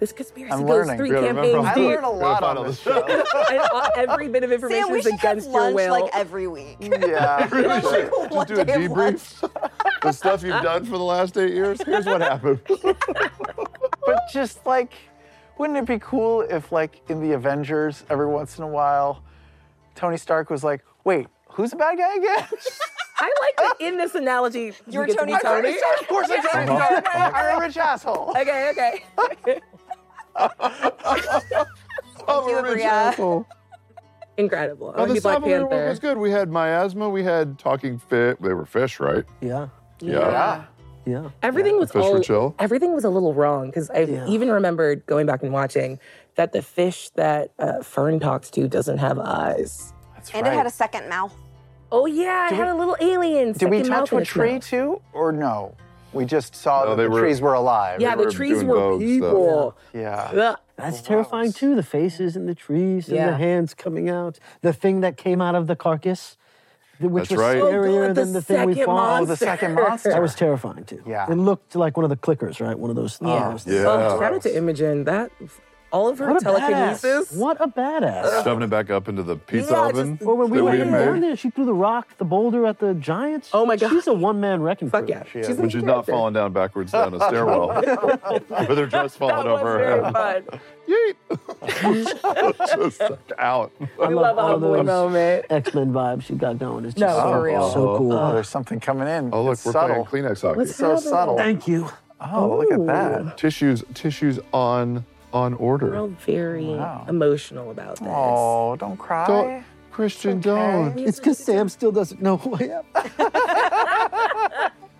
This conspiracy
I'm
goes
learning.
three
We
gotta remember
campaigns
I
all the-
deep.
learn a
Gotta
lot
find
on
all
this
this
show.
And, uh, every bit of information
Sam, we
is
should have
against your
lunch
will.
like every week.
yeah.
Just do a
day of
debrief. the stuff you've done for the last eight years. Here's what happened.
But just like, wouldn't it be cool if, like, in the Avengers, every once in a while, Tony Stark was like, wait, who's a bad guy again?
I like that in this analogy.
You're
you get to
(laughs)
Tony Uh-huh.
be
Stark.
Tony. Uh-huh.
Of course I'm Tony Stark. I'm a rich asshole.
Okay, okay.
Oh,
you,
we're rich
Bria.
asshole.
Incredible. I
Oh,
want to
the
be Black
Savalier one
Panther.
was good. We had miasma. We had talking fit. They were fish, right?
Yeah,
Yeah.
yeah.
Everything was
fish were
all,
chill.
everything was a little wrong because I
Yeah.
even remembered going back and watching that the fish that uh, Fern talks to doesn't have eyes.
That's
And it had a second mouth.
Oh yeah, it had a little alien.
Did we
sticking
talk
mouth
to
in
a
its
tree
mouth.
too, or no? We just saw
No,
that
they
the
were-
trees were alive.
Yeah,
They
the
were
trees
doing
were
both stuff.
people.
Yeah.
Ugh.
That's terrifying too. The faces and the trees and the
Yeah.
hands coming out. The thing that came out of the carcass, th- which
That's
was
right. Oh,
scarier
God, the
than the thing we
second
found.
Oh,
(laughs)
the second monster.
That was terrifying too.
Yeah.
It looked like one of the clickers, right? One of those.
Yeah.
those
Yeah.
Oh, shout out to Imogen. That all of her
What a
telekinesis.
badass! What a badass!
Shoving it back up into the pizza
Yeah,
oven.
just-
Or when we
that
went
had
down
made.
there, she threw the rock, the boulder at the giants.
Oh, my God.
She's a one-man wrecking
Fuck
crew.
yeah.
is.
an
When she's not
character.
falling down backwards down a stairwell with her
That
dress falling
was
over her
(laughs)
very
head.
fun.
Yeet. (laughs) Just out.
I love a
all
homeboy
those
moment.
X-Men vibes she got going. It's
No,
just so,
for real.
so cool.
Oh, there's something coming in.
Oh, look,
it's
we're
subtle.
playing Kleenex hockey.
Let's-
So subtle.
Thank you.
Oh, look at that.
tissues, tissues on on order.
We're all very emotional about this.
Oh, don't cry.
Don't, Christian, don't.
It's because Sam still doesn't know who I am.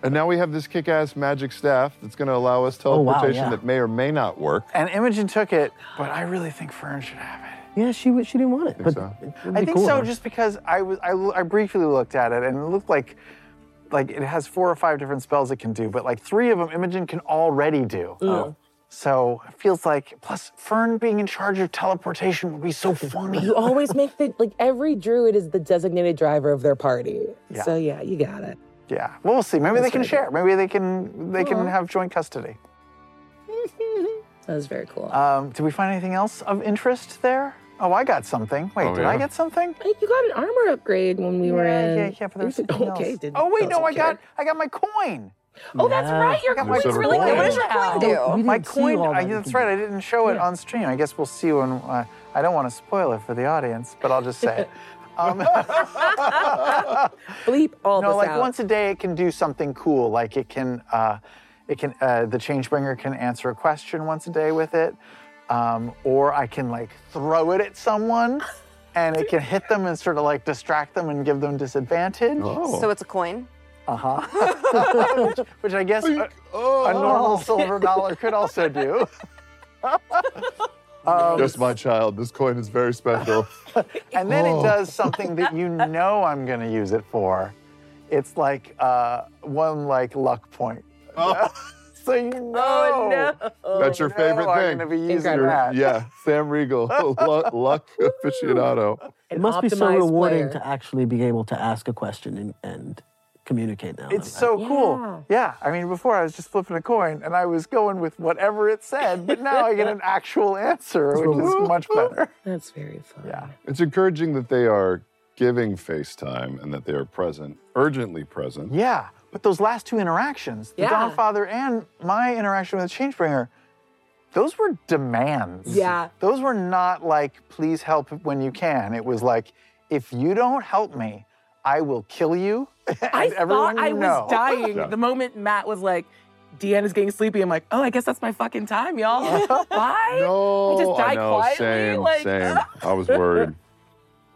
And now we have this kick-ass magic staff that's going to allow us
Oh, wow,
teleportation
yeah.
that may or may not work.
And Imogen took it, but I really think Fern should have it.
(laughs) Yeah, she wa- she didn't want it, but
so.
it would
I
be
think
cool,
so,
huh?
just because I was I, l- I briefly looked at it and it looked like like it has four or five different spells it can do, but like three of them Imogen can already do. So it feels like plus Fern being in charge of teleportation would be so funny.
You always make the like every druid is the designated driver of their party. So yeah, you got it.
yeah. Well, we'll see. Maybe they can share. Maybe they can they can have joint custody.
That was very cool.
Um, did we find anything else of interest there? Oh, I got something. Wait,
Oh,
did
yeah?
I get something?
Hey, you got an armor upgrade when we were
yeah,
in.
yeah, yeah, but there
(laughs)
was
You did-
something
okay,
else.
did-
oh wait,
that's
no, I
okay.
got I got my coin.
Oh, that's
Yeah.
right. Your
got my
coin's
silver
really
coin.
good.
What does
your coin
now.
do?
We
uh, My
didn't see
coin.
all
I,
that.
that's right. I didn't show it on stream. I guess we'll see when. Uh, I don't want to spoil it for the audience, but I'll
(laughs)
just say it. Um, (laughs)
Bleep all
no,
this
like
out.
once a day, it can do something cool. Like it can, uh, it can. Uh, the Changebringer can answer a question once a day with it, um, or I can like throw it
(laughs)
at someone, and it can hit them and sort of like distract them and give them disadvantage.
Oh.
So it's a coin.
Which I guess a,
Oh.
a
(laughs)
normal silver dollar could
(laughs)
also do. Um,
Yes, my child, this coin is very
(laughs)
special.
And then
Oh.
it does something that you know I'm going to use it for. It's like uh, one like luck point.
Oh.
(laughs) so you
(laughs)
know.
oh no.
That's your
you know
favorite
I'm
thing.
going to be using
Incredible.
that.
yeah, Sam
(laughs)
Regal, (laughs) luck, luck aficionado.
It must be so
optimized
rewarding
player.
to actually be able to ask a question and, and communicate now.
It's so cool. Yeah. I mean, before I was just flipping a coin and I was going with whatever it said, but now I
(laughs)
get an actual answer, which is much better.
That's very fun. Yeah.
It's encouraging that they are giving FaceTime and that they are present, urgently present.
Yeah. But those last two interactions, the
Yeah.
Godfather and my interaction with Changebringer, those were demands.
Yeah.
Those were not like, please help when you can. It was like, if you don't help me, I will kill you. (laughs) and
I
everyone
thought
you
I
know.
was dying the moment Matt was like, Deanna's getting sleepy. I'm like, oh, I guess that's my fucking time, y'all. (laughs) Bye.
No,
I just died
I know,
quietly.
same,
like, uh. (laughs)
same. I was worried.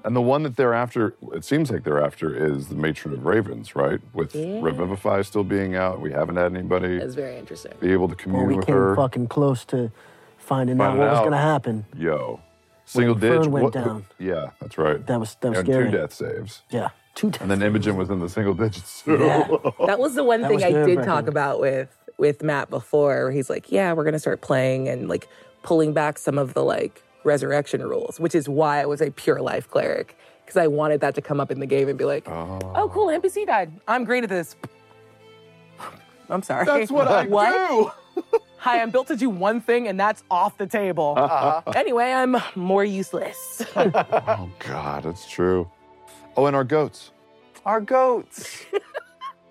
And the one that they're after, it seems like they're after, is the Matron of Ravens, right? With Revivify still being out, we haven't had anybody
That's very interesting.
be able to commune
we
with
came
her.
fucking close to finding out
Finding
what was
out.
going to happen.
Yo, single
Fern
ditch.
went down.
Yeah, that's right.
That was- that was
and
scary.
two death saves,
Yeah, two
and
times.
then Imogen was in the single digits too.
That was the one
That
thing
was
I did
nerve-wracking.
talk about with with Matt before. Where he's like, "Yeah, we're gonna start playing and like pulling back some of the like resurrection rules," which is why I was a pure life cleric because I wanted that to come up in the game and be like, "Oh, cool, NPC died. I'm great at this." I'm sorry.
(laughs) That's what I do.
Hi, I'm built to do one thing, and that's off the table. Anyway, I'm more useless.
(laughs)
Oh God, that's true. Oh, and our goats.
(laughs)
Our goats.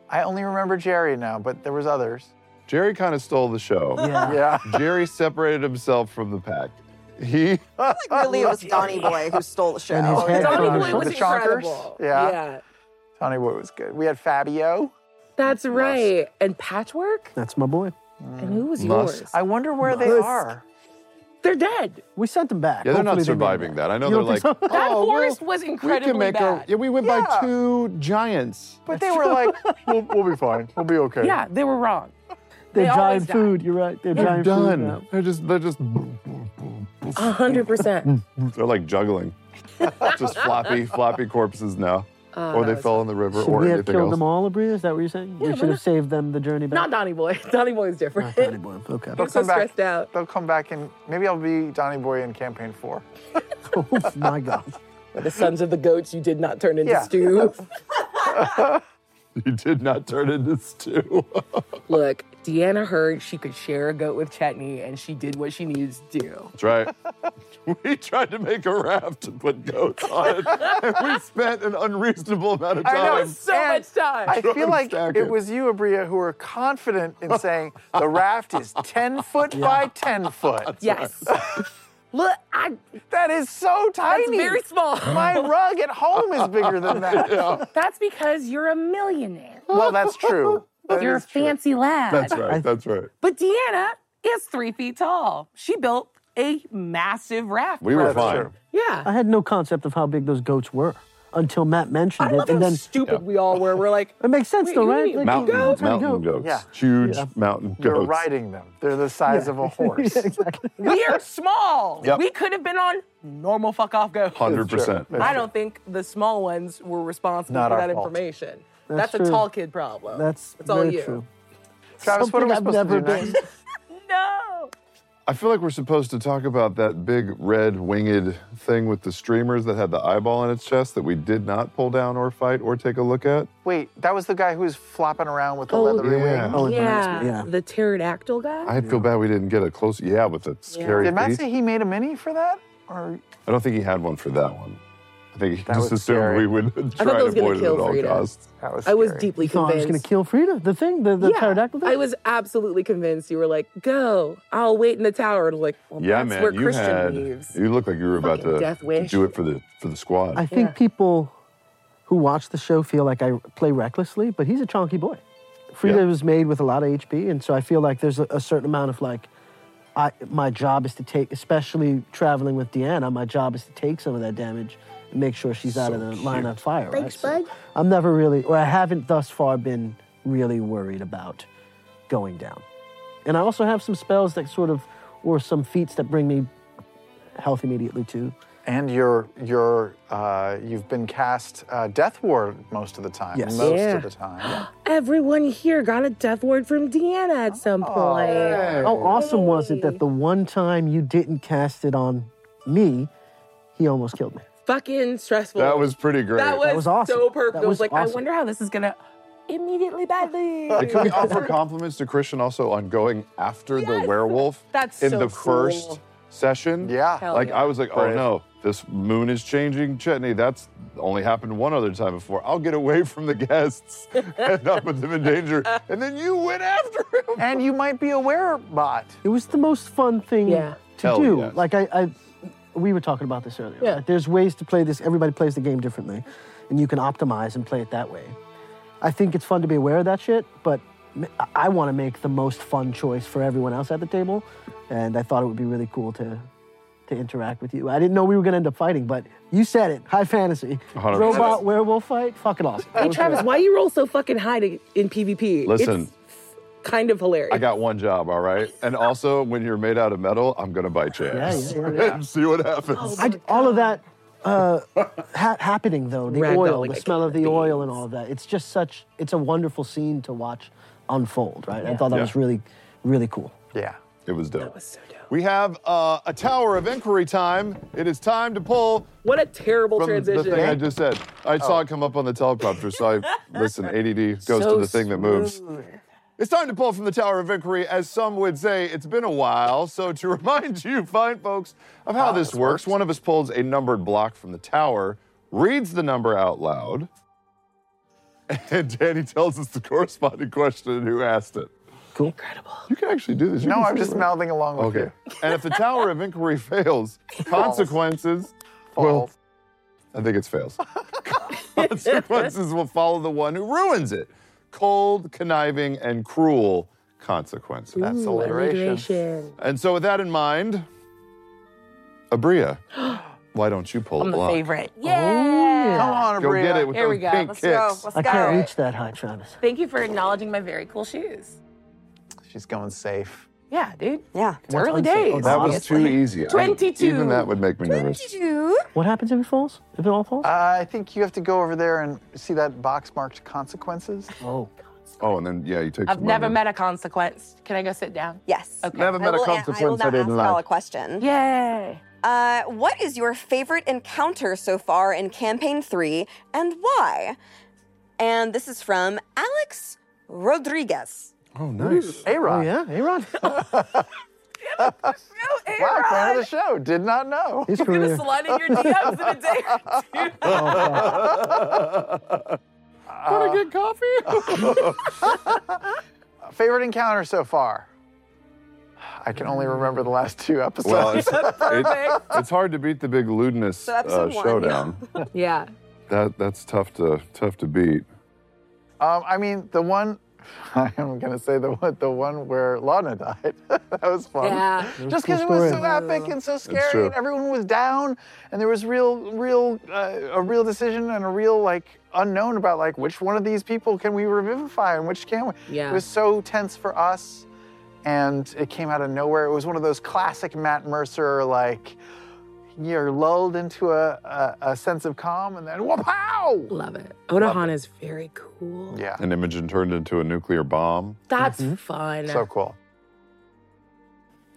I only remember Jerry now, but there was others.
Jerry kind of stole the show.
yeah.
Yeah.
Jerry separated himself from the pack. He
Oh,
Like really, it was Donnie Boy who stole the
(laughs)
show.
And his head
Donnie
on
Boy was
The chonkers?
incredible.
Yeah.
yeah.
Tony Wood was good. We had Fabio.
That's right.
And patchwork?
That's my boy.
And who was
Musk.
yours?
I wonder where they
Musk.
(laughs)
are.
They're dead.
We sent them back.
Yeah, they're not
Hopefully they made it
surviving
back.
that. I know
You
they're
don't
like,
think (laughs) so?
That
oh,
forest
we'll-
was
we
incredibly
can make
bad.
our. Yeah, we went by
Yeah.
two giants.
But they were like, we'll, we'll be fine. We'll be okay.
yeah, they were wrong.
They're
they
giant
always die.
food. You're right. They're,
They're
giant food. now.
done. They're just. They're just.
A hundred percent.
They're like juggling. just floppy, floppy corpses now.
Oh,
or they fell in the river,
Should
or
we have
anything
killed
else.
them all, Abri? Is that what you're saying? we should have saved them the journey back.
(laughs) Not Donnie Boy. (laughs) Donnie Boy is different.
Donnie Boy. Okay.
They'll
so
come back.
stressed out.
They'll come back and maybe I'll be Donny Boy in campaign four.
(laughs) oh my God.
(laughs) the sons of the goats you did not turn into
Yeah. (laughs)
stew.
You did not turn into stew.
Look, Deanna heard she could share a goat with Chetney, and she did what she needed to do.
That's right. we tried to make a raft and put goats on
(laughs)
it, and we spent an unreasonable amount of time.
know,
That was so
And
much time.
I
Try
feel
and
like
stack
it
it.
was you, Abria, who were confident
(laughs)
in saying the raft is 10 foot by 10 foot. (laughs)
yes. Look, I,
That is so
that's
tiny.
very small.
My rug at home is bigger
(laughs)
than that.
That's because you're a millionaire.
Well, that's true. That
You're a
is true.
fancy lad.
That's right. That's right.
But Deanna is three feet tall. She built a massive raft.
We were
That's
fine.
true.
yeah.
I had no concept of how big those goats were until Matt mentioned
I love
it, and (laughs)
how
then
stupid we all were. We're like,
it makes sense,
Wait,
though,
you
right?
mean
Like,
Mountain,
that's how
mountain
goat.
goats.
Yeah.
Huge
Yeah.
mountain goats.
You're riding them. They're the size
(laughs)
of a horse.
we are small.
Yep.
We could have been on normal fuck off go. (laughs)
100%.
I don't think the small ones were responsible
Not
for
our
that
fault.
information. That's,
That's
a
true.
tall kid problem.
That's
it's all
very
you.
true.
Travis, what are we
Something
supposed
I've
to do
never
next?
been.
No.
I feel like we're supposed to talk about that big red winged thing with the streamers that had the eyeball in its chest that we did not pull down or fight or take a look at.
Wait, that was the guy who was flopping around with the leathery
yeah.
wing.
Oh, it reminds me, yeah.
The pterodactyl guy.
I feel bad we didn't get a close. Yeah, with the scary
Did Matt
face.
say he made a mini for that? Or
I don't think he had one for that one. I think he
That
just
was
assumed we
scary.
would
thought
try
that
to
was gonna
avoid it at
kill
all
Frida.
costs.
that was
I was
scary.
deeply
Thought I was
convinced.
going to kill Frida. The thing, the, the
Yeah,
pterodactyl thing.
I was absolutely convinced you were like, go, I'll wait in the tower. And I was like, well,
Yeah,
that's
man,
where
you
Christian
had.
leaves.
You looked like you were about
Fucking
to,
death
to
wish.
do it for the for the squad.
I think people who watch the show feel like I play recklessly, but he's a chonky boy. Frida
Yeah.
was made with a lot of HP, and so I feel like there's a, a certain amount of like, I, my job is to take, especially traveling with Deanna, my job is to take some of that damage and make sure she's out of the line of fire. Thanks, right? bud. I'm never really, or I haven't thus far been really worried about going down. And I also have some spells that sort of, or some feats that bring me health immediately too.
And you're you're uh, you've been cast uh, Death Ward most of the time.
Yes.
Most
Yeah.
of the time. (gasps)
Everyone here got a death word from Deanna at some point.
How awesome was it that the one time you didn't cast it on me, he almost killed me.
Fucking stressful.
that was pretty great.
That was,
was awesome.
so perfect.
That
I was
was
like, I
awesome.
wonder how this is gonna immediately badly.
Can we offer compliments to Christian also on going after the werewolf
That's
in
so
the first
cool.
session?
Yeah. Hell
like
yeah.
I was like, oh
Right.
no, this moon is changing, Chetney. That's only happened one other time before. I'll get away from the guests (laughs) and not put them in danger. And then you went after
(laughs)
him.
And you might be a werebot.
It was the most fun thing
Yeah.
to
Hell
do.
yes.
Like I, I, we were talking about this earlier.
Yeah.
right? There's ways to play this. Everybody plays the game differently, and you can optimize and play it that way. I think it's fun to be aware of that shit, but m- I- I want to make the most fun choice for everyone else at the table, and I thought it would be really cool to to to interact with you. I didn't know we were going to end up fighting, but you said it. High fantasy.
100%.
Robot werewolf fight? Fucking awesome.
Hey, (laughs) Travis, why you roll so fucking high to, in PvP?
Listen.
It's kind of hilarious.
I got one job, all right? And also, when you're made out of metal, I'm going to bite your ass.
yeah,
(laughs) See what happens.
I, all of that (laughs) uh, ha- happening though the
Ragdolling
oil the
like
smell of the
human
oil and all of that it's just such it's a wonderful scene to watch unfold right i thought that
Yeah.
was really really cool (laughs)
Yeah.
it was dope.
That was so dope.
we have uh, a tower of inquiry time. It is time to pull
What a terrible
from
transition.
the thing I just said. I saw it come up on the teleprompter, so (laughs) I listen. ADD goes to the thing that moves. It's time to pull from the Tower of Inquiry. As some would say, it's been a while. So, to (laughs) remind you, fine folks, of how this works, one of us pulls a numbered block from the tower, reads the number out loud, (laughs) and Danny tells us the corresponding question and who asked it.
Incredible.
Oh,
You can actually do this. You
No,
can
I'm
see
just
it.
mouthing along with
Okay.
you.
and if the Tower of Inquiry (laughs) fails, consequences. Well,
False.
I think it's fails. (laughs) consequences will follow the one who ruins it. Cold, conniving, and cruel consequences.
That's alliteration.
And so, with that in mind,
(gasps)
Abria, why don't you pull a
I'm the
block?
favorite.
Come
Yeah.
on,
Go
Abria.
get it with
Here we
those
go.
pink
Let's
kicks.
go. Let's
i
go.
can't reach that high travis
Thank you for acknowledging my very cool shoes.
She's going safe.
Yeah, dude.
Yeah.
It's early
unsafe? Oh,
days.
That was
obviously.
too easy. I-
22.
even that would make me nervous.
Two.
what happens if it falls if it all falls
Uh, I think you have to go over there and see that box marked consequences.
oh
Oh, and then, yeah, you take
I've
some
never
money.
met a consequence. Can I go sit down?
Yes.
Okay.
Never met
I
a
will, I will
consequence I,
now ask
didn't
Val a
like.
question.
Yay.
Uh, what is your favorite encounter so far in campaign three, and why? And this is from Alex Rodriguez.
Oh, nice.
Hey,
oh
Rod.
yeah hey rod
Wow, fan of the show. Did not know.
his
I'm gonna
career
slide
(laughs)
in your DMs in a day
Oh,
or two.
Want to get coffee?
Favorite encounter so far? I can only remember the last two
(laughs)
episodes.
well, it's, it- it's hard to beat the big lewdness uh,
episode one,
(laughs)
showdown.
Yeah.
That that's tough to tough to beat.
Um, I mean, the one (laughs) I'm gonna say the one the one where Lana died. (laughs) that was fun.
Yeah.
Just
Cool
because it was so
story.
epic and so
true.
scary, and everyone was down, and there was real, real, uh, a real decision and a real like unknown about like which one of these people can we revivify and which can we.
Yeah.
It was so tense for us, and it came out of nowhere. It was one of those classic Matt Mercer like. You're lulled into a, a, a sense of calm, and then wow!
Love it. Odahan is very cool.
Yeah, Mm-hmm.
And Imogen turned into a nuclear bomb,
That's fun.
so cool.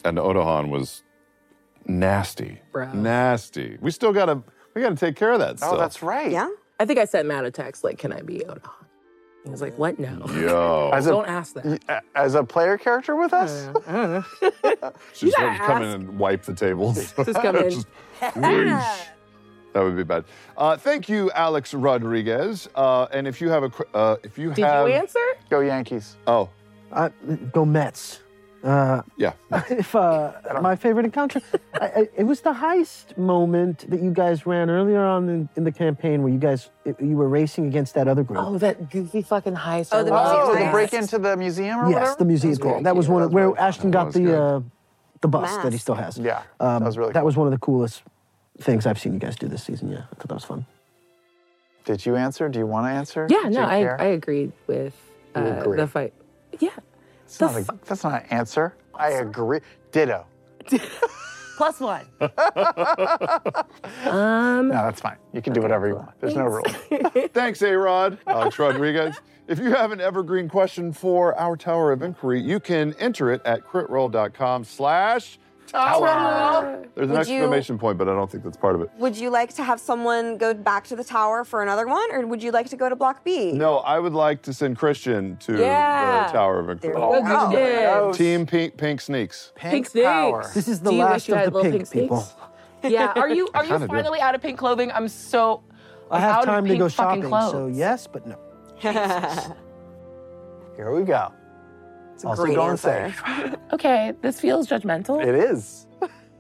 and Odahan was nasty,
Bro.
nasty. We still gotta we gotta take care of that stuff.
Oh, that's right.
Yeah.
I think I sent Matt a text like, "Can I be Odahan?" He was like, "What?
Mm-hmm. (laughs)
No,
Yo,
As a,
don't ask that."
a- as a player character with us?
she's
gotta
gonna come in
ask.
and wipe the tables. (laughs)
Just come in.
Just
(laughs)
whoosh. That would be bad. Uh, thank you, Alex Rodriguez. Uh, and if you have a, qu- uh, if you
Did
have,
Um,
you answer?
Go Yankees.
oh
I, go mets uh, (laughs)
yeah, (laughs)
if uh, my favorite encounter, I, I, it was the heist moment that you guys ran earlier on in, in the campaign, where you guys you were racing against that other group.
Oh, that goofy fucking heist.
Oh,
I
the
love
museum
it.
Oh,
heist.
the break into the museum or
yes,
whatever?
the museum
That was
goal. That was
cute.
one of, where
really fun.
Ashton got
That was
the uh, the bus that he
Mask.
still has. Um,
Yeah, that was really
That
cool.
was one of the coolest things I've seen you guys do this season. Yeah, I thought that was fun.
Did you answer? Do you want to answer?
Yeah,
Did
no,
you
I,
care?
I agreed with
You
uh,
agree.
the fight. Yeah,
that's, not a, that's not an answer. I agree. Ditto.
Plus
(laughs)
one. Um,
No, that's fine. You can do whatever you want. There's no rule.
(laughs)
Thanks, A Rod, Alex Rodriguez. If you have an evergreen question for our Tower of Inquiry, you can enter it at critroll.com slash tower. There's an
Would you-
exclamation point, but I don't think that's part of it.
Would you like to have someone go back to the tower for another one, or would you like to go to Block B? (laughs)
No, I would like to send Christian to
Yeah.
the Tower of Inquiry.
There we go.
Good job.
Team Pink, Pink Sneaks.
Pink
Oh, Pink
snakes.
power.
This is the
Do you
last
wish you
of
had
the
little
pink
pink
people.
snakes? Yeah. Are you are you
kinda do.
finally out of pink clothing? I'm so.
I
out
have
of
time to
pink
go
fucking
shopping,
clothes.
so yes, but no.
Here we go. It's also
great
going
answer.
safe.
Okay, this feels judgmental.
It is.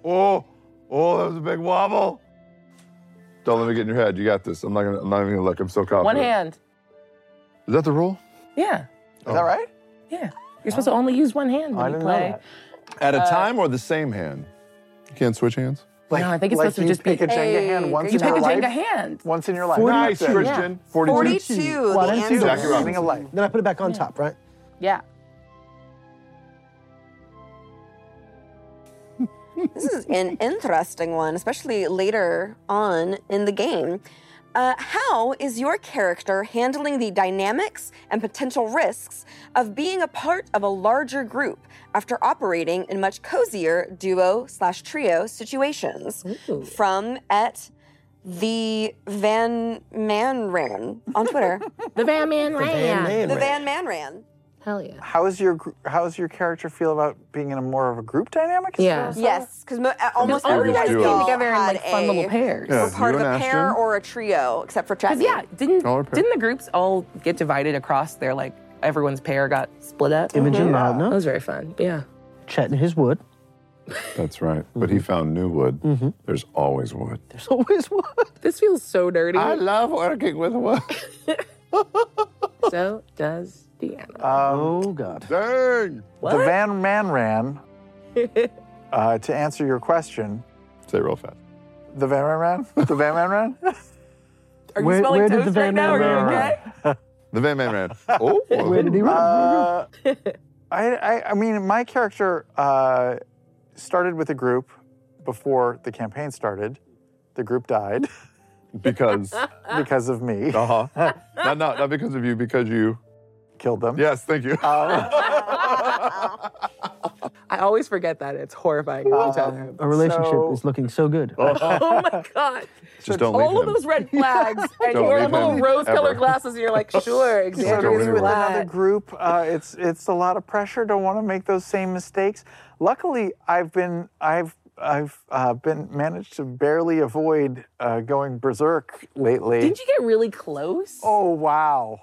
Oh, oh, that was a big wobble. Don't let me get in your head. You got this. I'm not gonna I'm not even gonna look. I'm so confident.
One hand.
Is that the rule?
Yeah,
Is that right?
yeah. You're supposed to only use one hand when
I
you
didn't know
play.
that.
At a time or the same hand? You can't switch hands?
Like,
No, I think it's
like
supposed to
you
just be-
pick a Jenga hand once
You
in
pick a
your life.
Jenga hand.
Once in your life.
Nice,
That's it.
Christian. 42.
42, the
Well, I didn't see
answer
the
Jackie
wrong.
Robinson.
Living a life.
Then I put it back on top, right?
(laughs) Yeah.
(laughs) This is an interesting one, especially later on in the game. Uh, how is your character handling the dynamics and potential risks of being a part of a larger group after operating in much cozier duo slash trio situations? From at the Van Manran on Twitter.
The Van Man Ran.
the Van Manran.
Hell yeah.
How is your gr- how's your character feel about being in a more of a group dynamic? Is
Yeah.
that-
Yes, because mo- uh, almost
all
every
these
guys
duos.
all
together in
had
like fun
a-
little pairs.
Yeah.
Were part
you
of a
and
pair
Ashton?
or a trio, except for Chad.
Yeah. Didn't
All our pair.
didn't the groups all get divided across their like everyone's pair got split up?
Imogen
That
Loudna,
was very fun. Yeah.
Chet and his wood.
That's right. But he found new wood. There's always wood.
There's (laughs) always wood.
This feels so nerdy.
(laughs) love working with wood.
so does Deanna.
Oh, God.
(laughs) Dang.
The Van Man ran. uh, to answer your question,
Say it real fast.
the Van Man ran. (laughs) The Van Man ran.
Are you
where-
smelling
where did the
toast right
Van
now?
Man
Are
Ran
you
run?
okay?
The Van Man ran. (laughs) Oh,
Where did he run?
Uh, I, I, I mean, my character uh, started with a group before the campaign started. The group died
because.
because of me.
Uh huh. (laughs) not, not, not because of you, because you.
(laughs) Killed them.
Yes, thank you.
Uh, I always forget that. It's horrifying to each other.
(laughs)
Our relationship
so-
is looking so good.
Oh my god.
(laughs) Just don't leave
All
him.
of those red flags and
Don't
your
leave
little
him,
rose
ever.
colored glasses, and you're
(laughs)
like, sure,
Don't
Started
Xander's
leave him.
with another
glad.
group. Uh, it's it's a lot of pressure. Don't want to make those same mistakes. Luckily, I've been I've I've uh, been managed to barely avoid uh, going berserk lately.
Didn't you get really close?
Oh wow!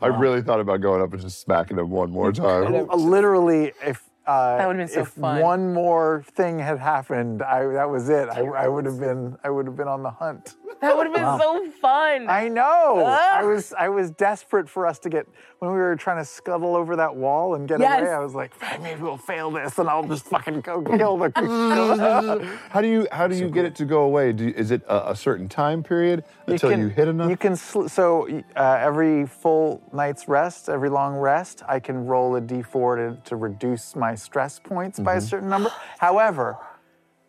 I really thought about going up and just smacking him one more
(laughs)
time. (laughs)
Uh, Literally, if uh,
That would've been so
if
fun.
one more thing had happened, I, that was it. I, I would have been I would have been on the hunt.
That would have been so fun.
(laughs) I know. I was I was desperate for us to get when we were trying to scuttle over that wall and get
Yes.
away. I was like, "Hey, maybe we'll fail this, and I'll just fucking go kill the. kill the-"
how do you how do you get it to go away? Do you, is it a, a certain time period until you hit enough?
You can sl- so uh, every full night's rest, every long rest, I can roll a d4 to, to reduce my stress points by a
Mm-hmm.
certain number. However,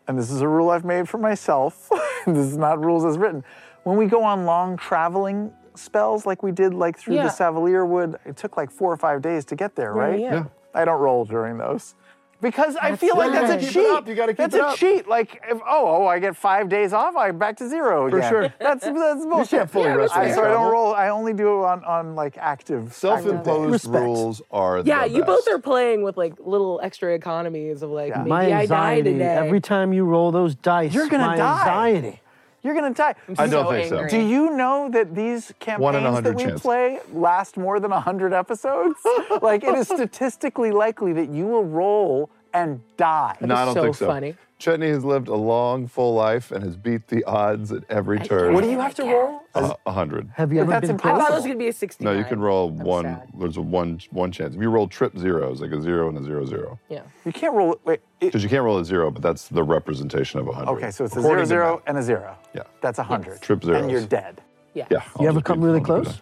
and this is a rule I've made for myself. (laughs) this is not rules as written. When we go on long traveling spells, like we did, like through
Yeah.
the Savalier Wood, it took like four or five days to get there, right?
yeah. Yeah.
I don't roll during those. Because I feel like that's a
nice.
cheat.
Keep it up, you gotta keep
that's
it
a
up.
cheat. Like, if, oh, oh, I get five days off, I'm back to zero again.
sure.
That's that's bullshit.
fully Yeah, rest that's when
I,
you
so I don't
travel.
roll. I only do it on on like active. active
Self-imposed
Respect.
rules are
yeah,
the
you both
best.
are playing with like little extra economies of like, maybe
My
I die
anxiety.
today.
Every time you roll those dice,
You're gonna
my
die.
anxiety.
days. You're gonna die.
I don't
so
think
angry.
Do
so.
you know that these
One in a
campaigns that
hundred
we
chance.
play last more than
(laughs)
100 episodes? like, it is statistically likely that you will roll and die.
(laughs)
No, I don't
so
think so.
funny.
Chetney has lived a long, full life and has beat the odds at every turn.
What do you have to roll?
Uh, A hundred.
Have you ever
That's
been
I
close?
impossible.
thought it was gonna be a 60.
No, you can roll one.
sad.
There's a one one chance. If you roll trip zeros, like a zero and a zero zero,
Yeah.
You can't roll. Wait. It,
because you can't roll a zero, but that's the representation of a hundred.
okay, so it's a
According
zero,
to
zero,
Matt.
and a zero.
Yeah.
That's 100.
Trip
And
zeros.
you're dead.
Yeah.
Yeah. I'll
You ever
just
come
be-
really
I'll just be
close?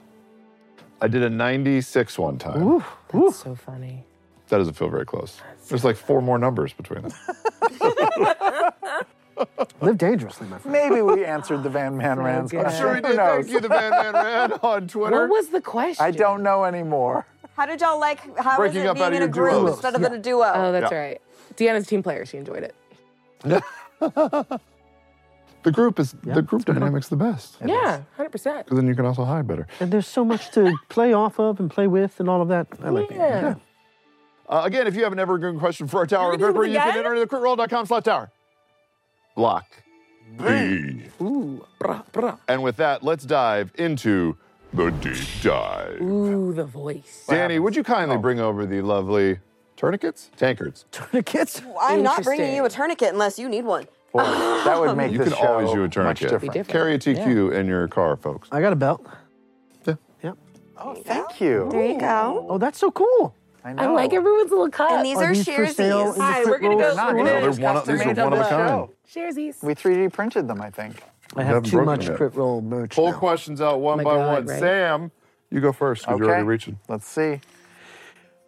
that. I did a 96 one time.
That's so funny.
That doesn't feel very close. There's like four more numbers between
(laughs)
them.
Live dangerously, my friend.
Maybe we answered the Van Man Rans
good.
question.
Sure
Who knows?
the Van Man Ran (laughs) on Twitter.
What was the question?
I don't know anymore.
(laughs) How did y'all like? How was
Breaking
it
up out
being
of
in a
your
group
duos.
instead of in a duo?
Oh, that's
Yeah.
right. Deanna's team player. She enjoyed it.
The group is the group dynamic's the best.
yeah, 100%.
Because then you can also hide better.
And there's so much to play off of and play with and all of that. I like that. (laughs)
Yeah.
Uh, again, if you have an ever good question for our Tower of
You're gonna
Emperor,
do
you
it
can
again?
enter the critroll.com slash tower. Block B.
Ooh, brah, brah.
And with that, let's dive into the deep dive.
Ooh, the voice.
Danny, would you kindly bring over the lovely tourniquets? Tankards.
Tourniquets.
Oh, I'm not bringing
Interesting.
you a tourniquet unless you need one.
Boy, that would make
You
this
can always
show
do a
much
tourniquet.
different.
different.
Carry a TQ in your car, folks.
I got a belt.
Yeah.
Yeah.
Thank you.
There you go. Uh,
Oh, that's so cool.
I know.
I like everyone's little cup.
And these
Are
are
these for sale in the
sharesies.
Hi,
we're gonna
They're
go-
not.
we're gonna-
They're
They're one- these are
custom-made
one of a
for the
kind.
show.
Sharesies.
We 3D printed them, I think.
I
haven't
have too
broken
much
it.
crit roll merch.
Pull
now.
questions out one
my
by
God,
one.
right?
Sam, you go first because you're already reaching.
Let's see.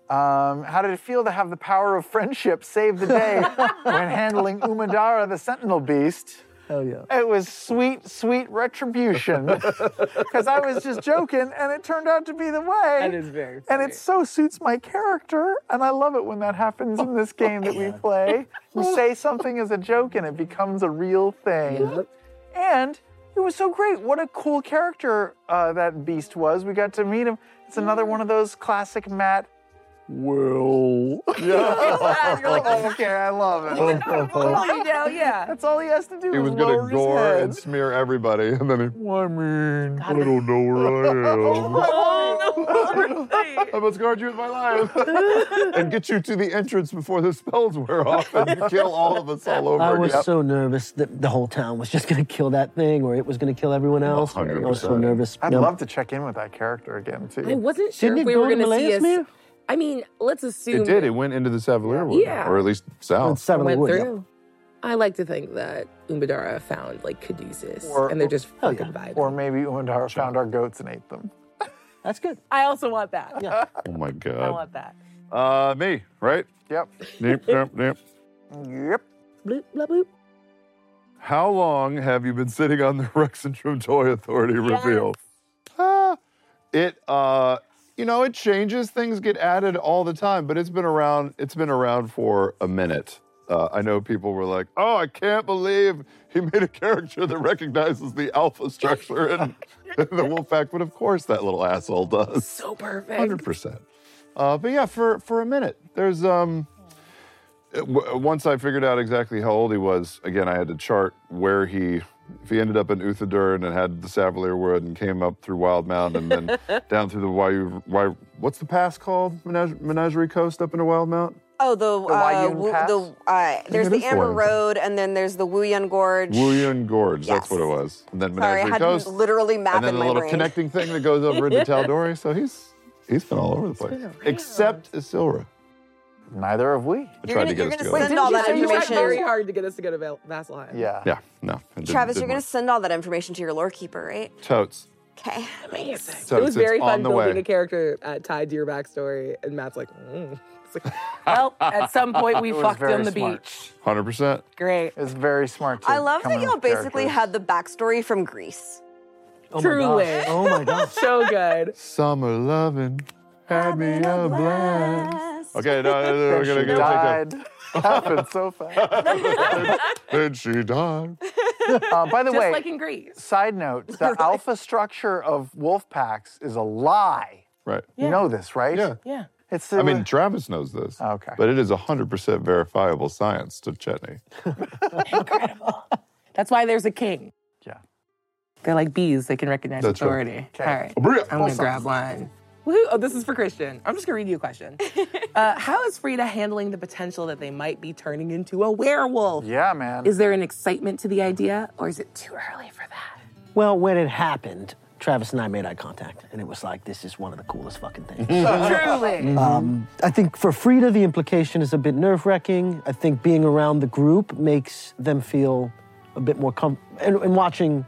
Um, how did it feel to have the power of friendship save
(laughs)
the day when handling Umadara the Sentinel Beast?
Hell yeah.
It was sweet, sweet retribution.
(laughs)
Because I was just joking and it turned out to be the way.
That is very
And
funny.
it so suits my character. And I love it when that happens in
(laughs) Oh,
this game that we play. You say something as a joke and it becomes a real thing. And it was so great. What a cool character uh, that beast was. We got to meet him. It's another one of those classic Matt. (laughs) Will. Yeah. You're like, "Oh, okay, I love it.
(laughs)
Oh,
you know, yeah.
That's all he has to do.
Oh. He
is
was going
lower
to
his
gore
Oh, head.
and smear everybody, and then he, I mean, I don't know where I am.
(laughs)
(laughs) I must guard you with my life (laughs) and get you to the entrance before the spells wear off and kill all of us all over
I was
again.
so nervous that the whole town was just going to kill that thing or it was going to kill
Oh,
everyone else. I was so
100%.
nervous.
I'd
No.
love to check in with that character again too.
I wasn't sure
Didn't it
if we
go
were
to
going to
Malaysia,
see us.
Mia?
I mean, let's assume
It did. It went into the Savalier Wood,
Yeah.
or at least
Oh,
south.
it's seven
went
wood, yeah.
through. I like to think that Umbadara found like Caduceus,
Or-
and they're just
oh,
fucking vibing.
or maybe Umandara found our goats and ate them.
That's good.
I also want that.
Yeah.
Oh my
I
god.
want that.
Uh, me, right?
Yep.
Yep, yep, yep.
Yep.
Bloop, blah, bloop.
How long have you been sitting on the (laughs) Rexentrum Toy Authority reveal? Ah, it, uh, you know, it changes. Things get added all the time, but it's been around. It's been around for a minute. Uh, I know people were like, "Oh, I can't believe he (laughs) made a character that recognizes the alpha structure and, and the Wolfpack," but of course, that little asshole does.
So perfect.
Hundred percent. Uh, but yeah, for for a minute, there's um. uh, W- once I figured out exactly how old he was, again, I had to chart where he, if he ended up in Uthadurn and had the Savalier Wood and came up through Wild Mound and then
(laughs)
down through the Wai, Wai, what's the pass called? Menag- Menagerie Coast up into Wild Mount?
Oh, the, uh,
Wayun
Wu-
Pass?
the uh, there's
it
the
is
Amber
Wayun.
Road, and then there's the Wuyun Gorge.
Wuyun Gorge, that's
Yes.
what it was. And then
Sorry, I
Menagerie
had to
Coast.
literally map
and
in
then a
my
little
brain.
connecting thing that goes over
(laughs)
into Taldori. So he's he's been all over the place, except Isilra.
Neither have we.
I
You're
tried
gonna-
to get
you're
us
gonna
together.
send all that
You tried
information.
very hard to get us to go to Val- Vasselheim.
Yeah.
Yeah, no. it didn't-
Travis,
didn't
you're going
work.
to send all that information to your lore keeper, right?
Totes.
Okay.
Amazing.
So
it was
it's- it's
very
on
fun
the
building
way.
a character uh, tied to your backstory, and Matt's like, mm. It's
(laughs)
like, well, at some point we
was
fucked
very
on the
smart.
beach.
Hundred percent.
Great.
It's very smart. To
I love
come
that
in
y'all
with
basically
characters.
had the backstory from Greece.
Oh
Truly.
My gosh. (laughs) Oh my gosh.
So good.
Summer loving had me a blast. Okay, no, no, no,
Then
we're gonna
she
go take
died. (laughs) Happened so fast.
that. Then she died.
Uh, by the
Just
way,
like in Greece.
side note: the alpha structure of wolf packs is a lie.
Right.
You know this, right?
Yeah.
Yeah.
It's.
I mean, Travis knows this.
Okay.
But it is 100% verifiable science to Chetney.
That's why there's a king.
yeah.
They're like bees, they can recognize
That's right.
authority. All right.
Bria.
I'm gonna grab one. Woohoo! Oh, this is for Christian. I'm just gonna read you a (laughs) question. Uh, how is Frida handling the potential that they might be turning into a werewolf?
Yeah, man.
Is there an excitement to the idea, or is it too early for that?
Well, when it happened, Travis and I made eye contact, and it was like, this is one of the coolest fucking things.
Truly.
um, I think for Frida, the implication is a bit nerve wracking. I think being around the group makes them feel a bit more comfortable. And, and watching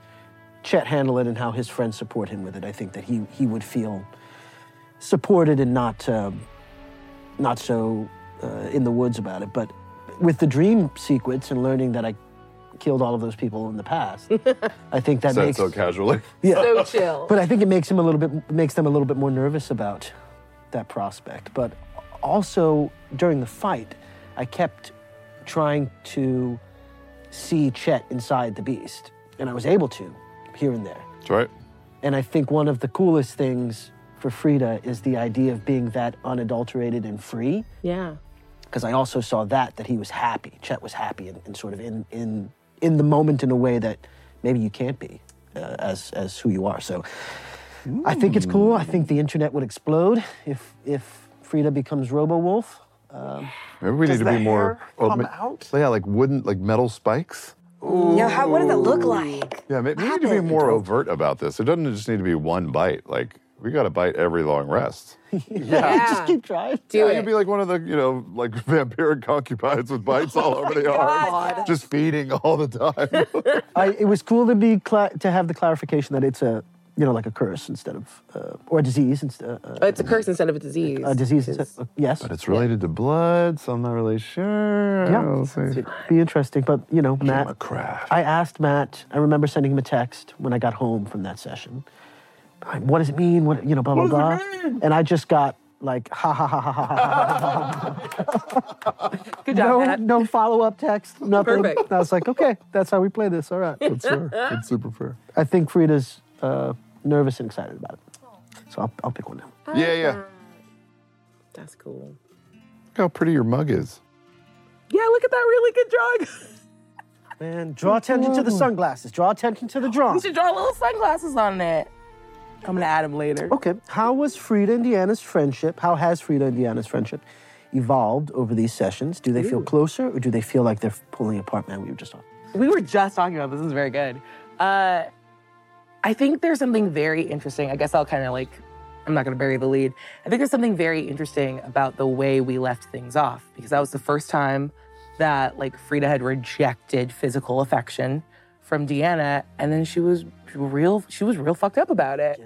Chet handle it and how his friends support him with it, I think that he, he would feel supported and not, um not so uh, in the woods about it. But with the dream sequence and learning that I killed all of those people in the past, I think that
Said
makes
so casually.
So chill.
but I think it makes him a little bit makes them a little bit more nervous about that prospect. But also during the fight, I kept trying to see Chet inside the beast, and I was able to here and there.
That's right.
And I think one of the coolest things for Frida is the idea of being that unadulterated and free
Yeah.
because I also saw that that he was happy. Chet was happy and, and sort of in in in the moment in a way that maybe you can't be uh, as as who you are. So I think it's cool. I think the internet would explode if if Frida becomes Robo (laughs) Wolf.
Maybe we
Does
need to
the
be more.
hair
oh,
come
ma-
out?
Yeah, like wooden, like metal spikes.
Yeah, how, what does it look like?
Yeah, maybe we need to be more overt about this. It doesn't just need to be one bite. Like We got to bite every long rest.
(laughs)
Yeah.
Just keep trying.
Do
yeah,
it.
you'd be like one of the, you know, like (laughs) vampiric concubines with bites all
Oh
over the arm, just feeding all the
(laughs)
time.
I, it was cool to be cla- to have the clarification that it's a you know like a curse instead of uh, or a disease instead uh,
Oh, it's a curse instead of a disease.
a disease. Instead, uh, yes,
but it's related to blood, so I'm not really sure. I
Yeah.
don't see.
be interesting. But you know, Matt,
I'm a craft.
I asked Matt. I remember sending him a text when I got home from that session. I- What does it mean? What you know? Blah blah blah. And I just got like ha ha ha ha ha. ha, ha, ha, ha.
Good job,
No,
Matt.
no follow up text. Nothing.
Perfect.
And I was like, okay, that's how we play this. All right.
That's fair. That's super fair.
I think Frida's uh, nervous and excited about it. So I'll, I'll pick one now.
Yeah, yeah. Look
That's cool.
how pretty your mug is.
Yeah, look at that really good drawing.
And draw attention to the sunglasses. Draw attention to the drawing.
(laughs) You should draw little sunglasses on that. I'm gonna add them later.
Okay. How was Frida and Deanna's friendship? How has Frida and Deanna's friendship evolved over these sessions? Do they feel closer or do they feel like they're pulling apart? Man, we were just on.
We were just talking about this. This is very good. Uh, I think there's something very interesting. I guess I'll kind of like, I'm not going to bury the lead. I think there's something very interesting about the way we left things off because that was the first time that like Frida had rejected physical affection from Deanna, and then she was real. She was real fucked up about it.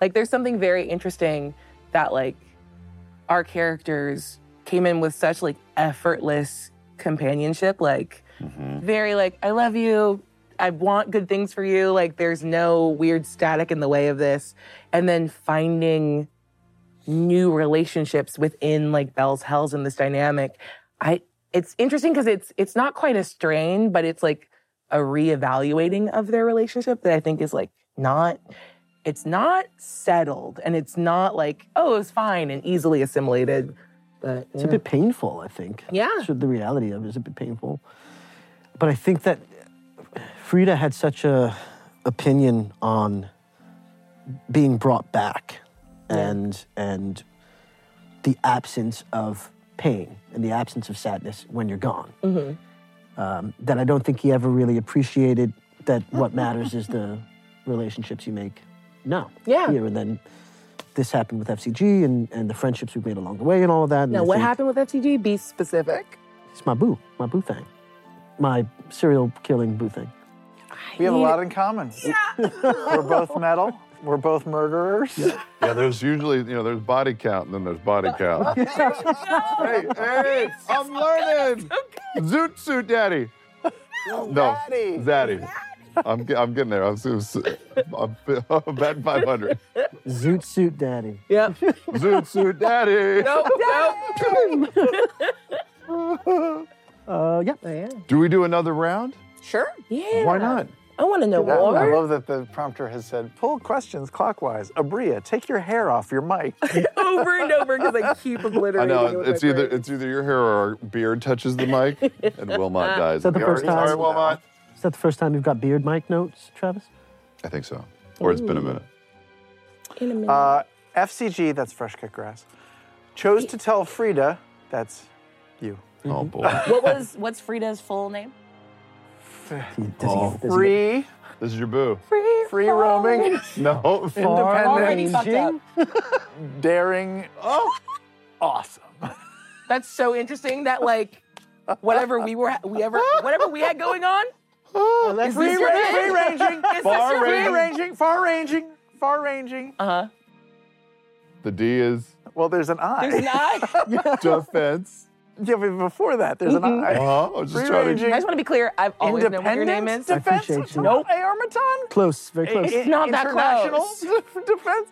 Like there's something very interesting that like our characters came in with such like effortless companionship, like very like I love you. I want good things for you. Like there's no weird static in the way of this. And then finding new relationships within like Bell's Hells and this dynamic. I it's interesting because it's it's not quite a strain, but it's like a reevaluating of their relationship that I think is like not it's not settled and it's not like, oh, it's fine and easily assimilated. But
It's a bit painful, I think.
Yeah.
So the reality of it is a bit painful. But I think that Frida had such a opinion on being brought back and and the absence of pain and the absence of sadness when you're gone.
Mm-hmm.
Um, that I don't think he ever really appreciated that what matters is the (laughs) relationships you make now.
Yeah.
Here and then this happened with FCG and, and the friendships we've made along the way and all of that. and
now
I
what
think-
happened with FTG? Be specific.
it's my boo, my boo thing, my serial killing boo thing.
We have a lot in common. (laughs) We're both metal. We're both murderers.
Yeah, there's usually, you know, there's body count and then
(laughs)
there's body count. hey, hey, I'm learning. Zoot suit daddy. No,
Zaddy.
zaddy. I'm, ge- I'm getting there. I'm, so- I'm, I'm batting 500.
Zoot suit daddy.
Yep.
Zoot suit (laughs) daddy.
Nope, nope.
Uh, yeah.
Do we do another round?
Sure.
Yeah.
Why not?
I want to know
That- I
more.
love that the prompter has said, pull questions clockwise. Abria, take your hair off your mic.
over and over because I keep
I
obliterating it
know
with
it's
my
either
brain.
it's either your hair or our beard touches the mic, and Wilmot (laughs) dies.
that the
We
first
already-
time?
Sorry, Wilmot.
Is that the first time you've got beard mic notes, Travis?
I think so. Or it's been a minute.
In a minute.
Uh, FCG, that's fresh cut grass, chose to tell Frida, that's you.
Oh boy,
What was what's Frida's full name?
Does he- does he-
Free,
this is your boo.
free
Oh,
roaming,
(laughs) No,
Already
independent,
fucked up.
daring, oh, awesome.
That's so interesting that like whatever we were we ever whatever we had going on.
Oh,
Free,
is this your
ra-
name?
free ranging,
Is this
far
your name?
ranging, far ranging, far ranging.
Uh-huh.
the D (laughs) is
Well, there's an I.
There's an I.
defense.
(laughs) yeah, but before that, there's an I.
Oh, I was just
Free
trying
ranging,
to.
Mm-hmm. I just want to be clear. I've always known what your name
independent
is.
defense.
I appreciate you.
Nope. Armaton.
Close, very close.
It's not that
International
close.
(laughs) defense.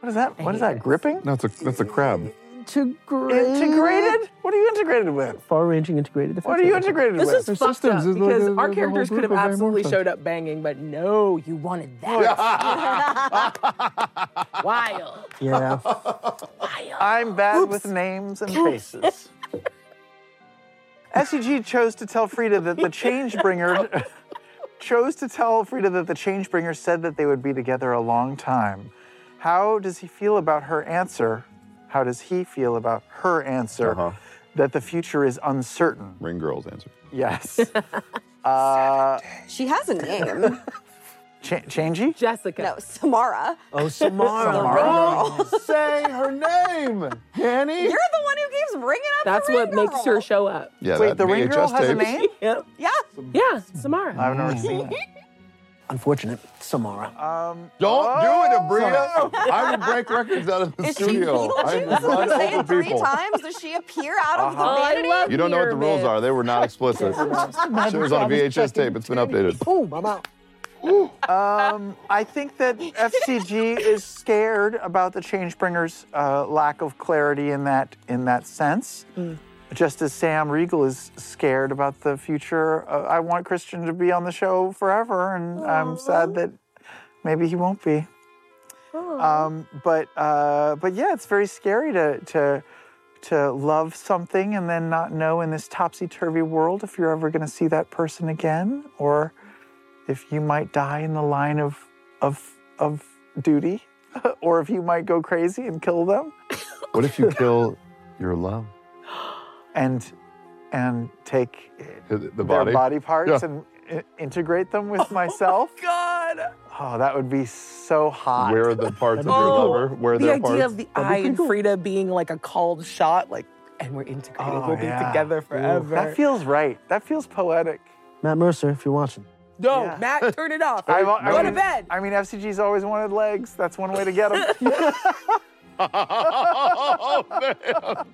What is that? What is that? Gripping?
That's a that's a crab.
Integrated.
Integrated? What are you integrated with?
Far-ranging integrated. defense
What are you
network.
integrated
This
with?
is fucked up
systems,
because
it's like a-
our
the
characters
whole
could have
group of
absolutely
dimorphos.
showed up banging, but no, Oh, you wanted that. Wild.
Yeah.
I'm bad with names and faces. SCG chose to tell Frida that the Changebringer (laughs) chose to tell Frida that the Changebringer said that they would be together a long time. How does he feel about her answer? How does he feel about her answer?
Uh-huh.
That the future is uncertain.
(laughs)
Ring girl's answer.
Yes. uh,
She has a name.
Ch- changey?
Jessica.
No, Samara.
(laughs) Oh, Samara.
Don't say her name, Annie.
You're the one who keeps bringing up. the
That's what
ring
makes her
girl.
(laughs)
show up.
Yeah,
Wait,
that
the ring girl
VHS
has a
tape.
name?
Yep.
Yeah.
Yeah, Samara.
I've never seen it.
Unfortunate. Samara.
Um,
Don't
Oh!
do it, Abria. (laughs) I would break records out of the
Is she
studio. I
Beetlejuice?
would
Does it
run
say
over
it three
people.
times? Does she appear out of
Oh,
the
I
vanity?
love
You don't know what the rules
pyramids.
are. They were not explicit. it was on a VHS tape. It's been updated.
Boom, I'm out.
Um, I think that FCG is scared about the Changebringer's uh, lack of clarity in that in that sense. Just as Sam Riegel is scared about the future. Uh, I want Christian to be on the show forever, and I'm sad that maybe he won't be. Um, but uh, but yeah, it's very scary to to to love something and then not know in this topsy turvy world if you're ever going to see that person again or if you might die in the line of of of duty (laughs) or if you might go crazy and kill them
What if you kill your love?
and and take
The the
their
body?
body parts
Yeah.
and i- integrate them with myself
God.
oh that would be so hot
Where are the parts of your
Oh,
lover? Where are
the
their
idea
parts?
of the eye and Frida being like a called shot, like, and we're integrated.
Oh,
we'll be
yeah.
together forever.
that feels right that feels poetic
Matt Mercer, if you're watching.
no,
yeah.
Matt, turn it
(laughs)
off.
I- I
Go to
mean-
bed.
I mean, FCG's always wanted legs. That's one way to get them.
(laughs) oh, man.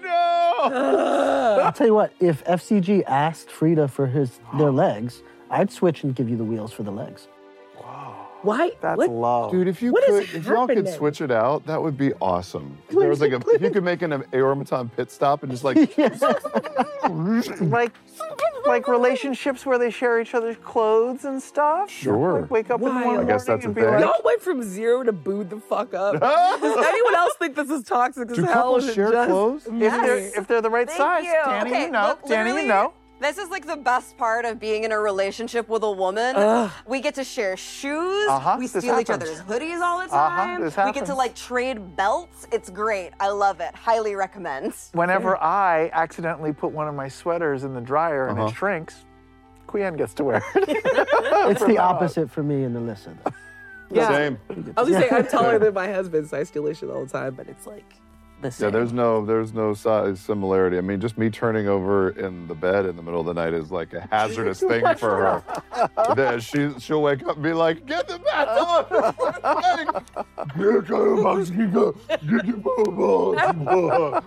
No.
I'll tell you what, if FCG asked Frida for his their legs, I'd switch and give you the wheels for the legs.
Why?
That's
what?
love.
Dude, if you
What
could,
is
if y'all could
happening?
switch it out, that would be awesome. If there was like a, if you could make an aromaton pit stop and just like, (laughs)
like, like relationships where they share each other's clothes and stuff.
Sure.
Like wake up in the
Wild.
morning
I
guess that's
and
a
be
thing.
like,
No.
Y'all went from zero to booed the fuck up. Does anyone else think this is toxic as
do
hell? Is
couples
it
share
just-
clothes?
if, they're, if they're the right
Thank
size,
you.
Danny,
okay,
you know.
look,
Danny,
literally,
you know.
This is like the best part of being in a relationship with a woman. We get to share shoes.
Uh-huh,
we
this
steal each other's
happens.
hoodies all the
Uh-huh,
time.
this
we get to
happens.
like trade belts. It's great. I love it. Highly recommend.
Whenever I accidentally put one of my sweaters in the dryer and
Uh-huh.
it shrinks, Quian gets to wear it.
(laughs)
Oh,
It's the opposite for me and Alyssa. Though.
Yeah.
Same.
I was gonna say I'm taller than my husband, so I steal his shit all the time. But it's like the same.
Yeah, there's no there's no size similarity. I mean, just me turning over in the bed in the middle of the night is like a hazardous thing for her. (laughs) then she she'll wake up and be like, "Get the bat off!" Get the mosquito, get the (laughs) bubble.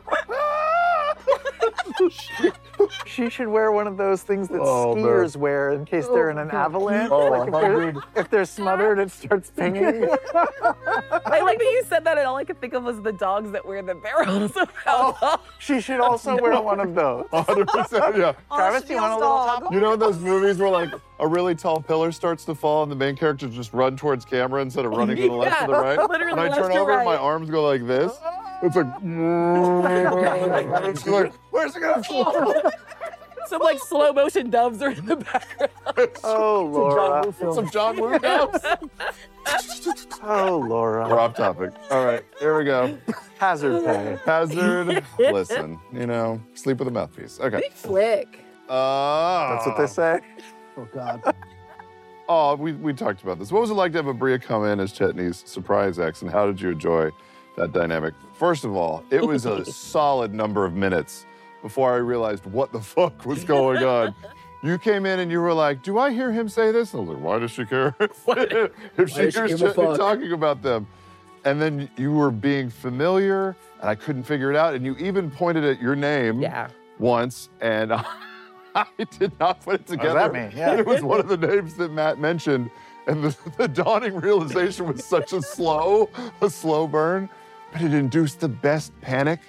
She should wear one of those things that
Oh, man.
skiers wear in case they're in an avalanche.
Oh,
like if they're, if they're smothered, it starts pinging.
I like that you said that, and all I could think of was the dogs that wear the barrels (laughs) of alcohol.
She should also wear one of those.
100%, yeah.
Travis, you want a little top?
You know those movies where like a really tall pillar starts to fall and the main characters just run towards camera instead of running to the left to the
Yeah, (laughs)
right?
literally
and I
left
turn
to
over and
right. Oh.
my arms go like this.
(laughs)
It's like, (laughs) She's like, where's it gonna fall?
(laughs) Some like slow motion doves are in the background.
Oh,
(laughs)
Laura.
Some John Woo
(laughs)
notes.
Oh, (laughs) Laura.
We're off topic. All right, here we go.
Hazard pay.
(laughs)
Hazard. Listen, you know, sleep with a mouthpiece. Okay.
Flick.
Uh,
That's what they say.
Oh God.
Oh, we, we talked about this. What was it like to have Abria come in as Chetney's surprise ex, and how did you enjoy that dynamic? First of all, it
(laughs)
was a solid number of minutes before I realized what the fuck was going on. You came in and you were like, "Do I hear him say this?" And I was like, "Why does she care (laughs) if she
does she
hears
give a
Chetney
fuck?
talking about them?" And then you were being familiar, and I couldn't figure it out. And you even pointed at your name
Yeah.
once, and (laughs) I did not put it together.
that me? Yeah.
It was one of the names that Matt mentioned, and the, (laughs) the dawning realization was such a slow, a slow burn, but it induced the best panic.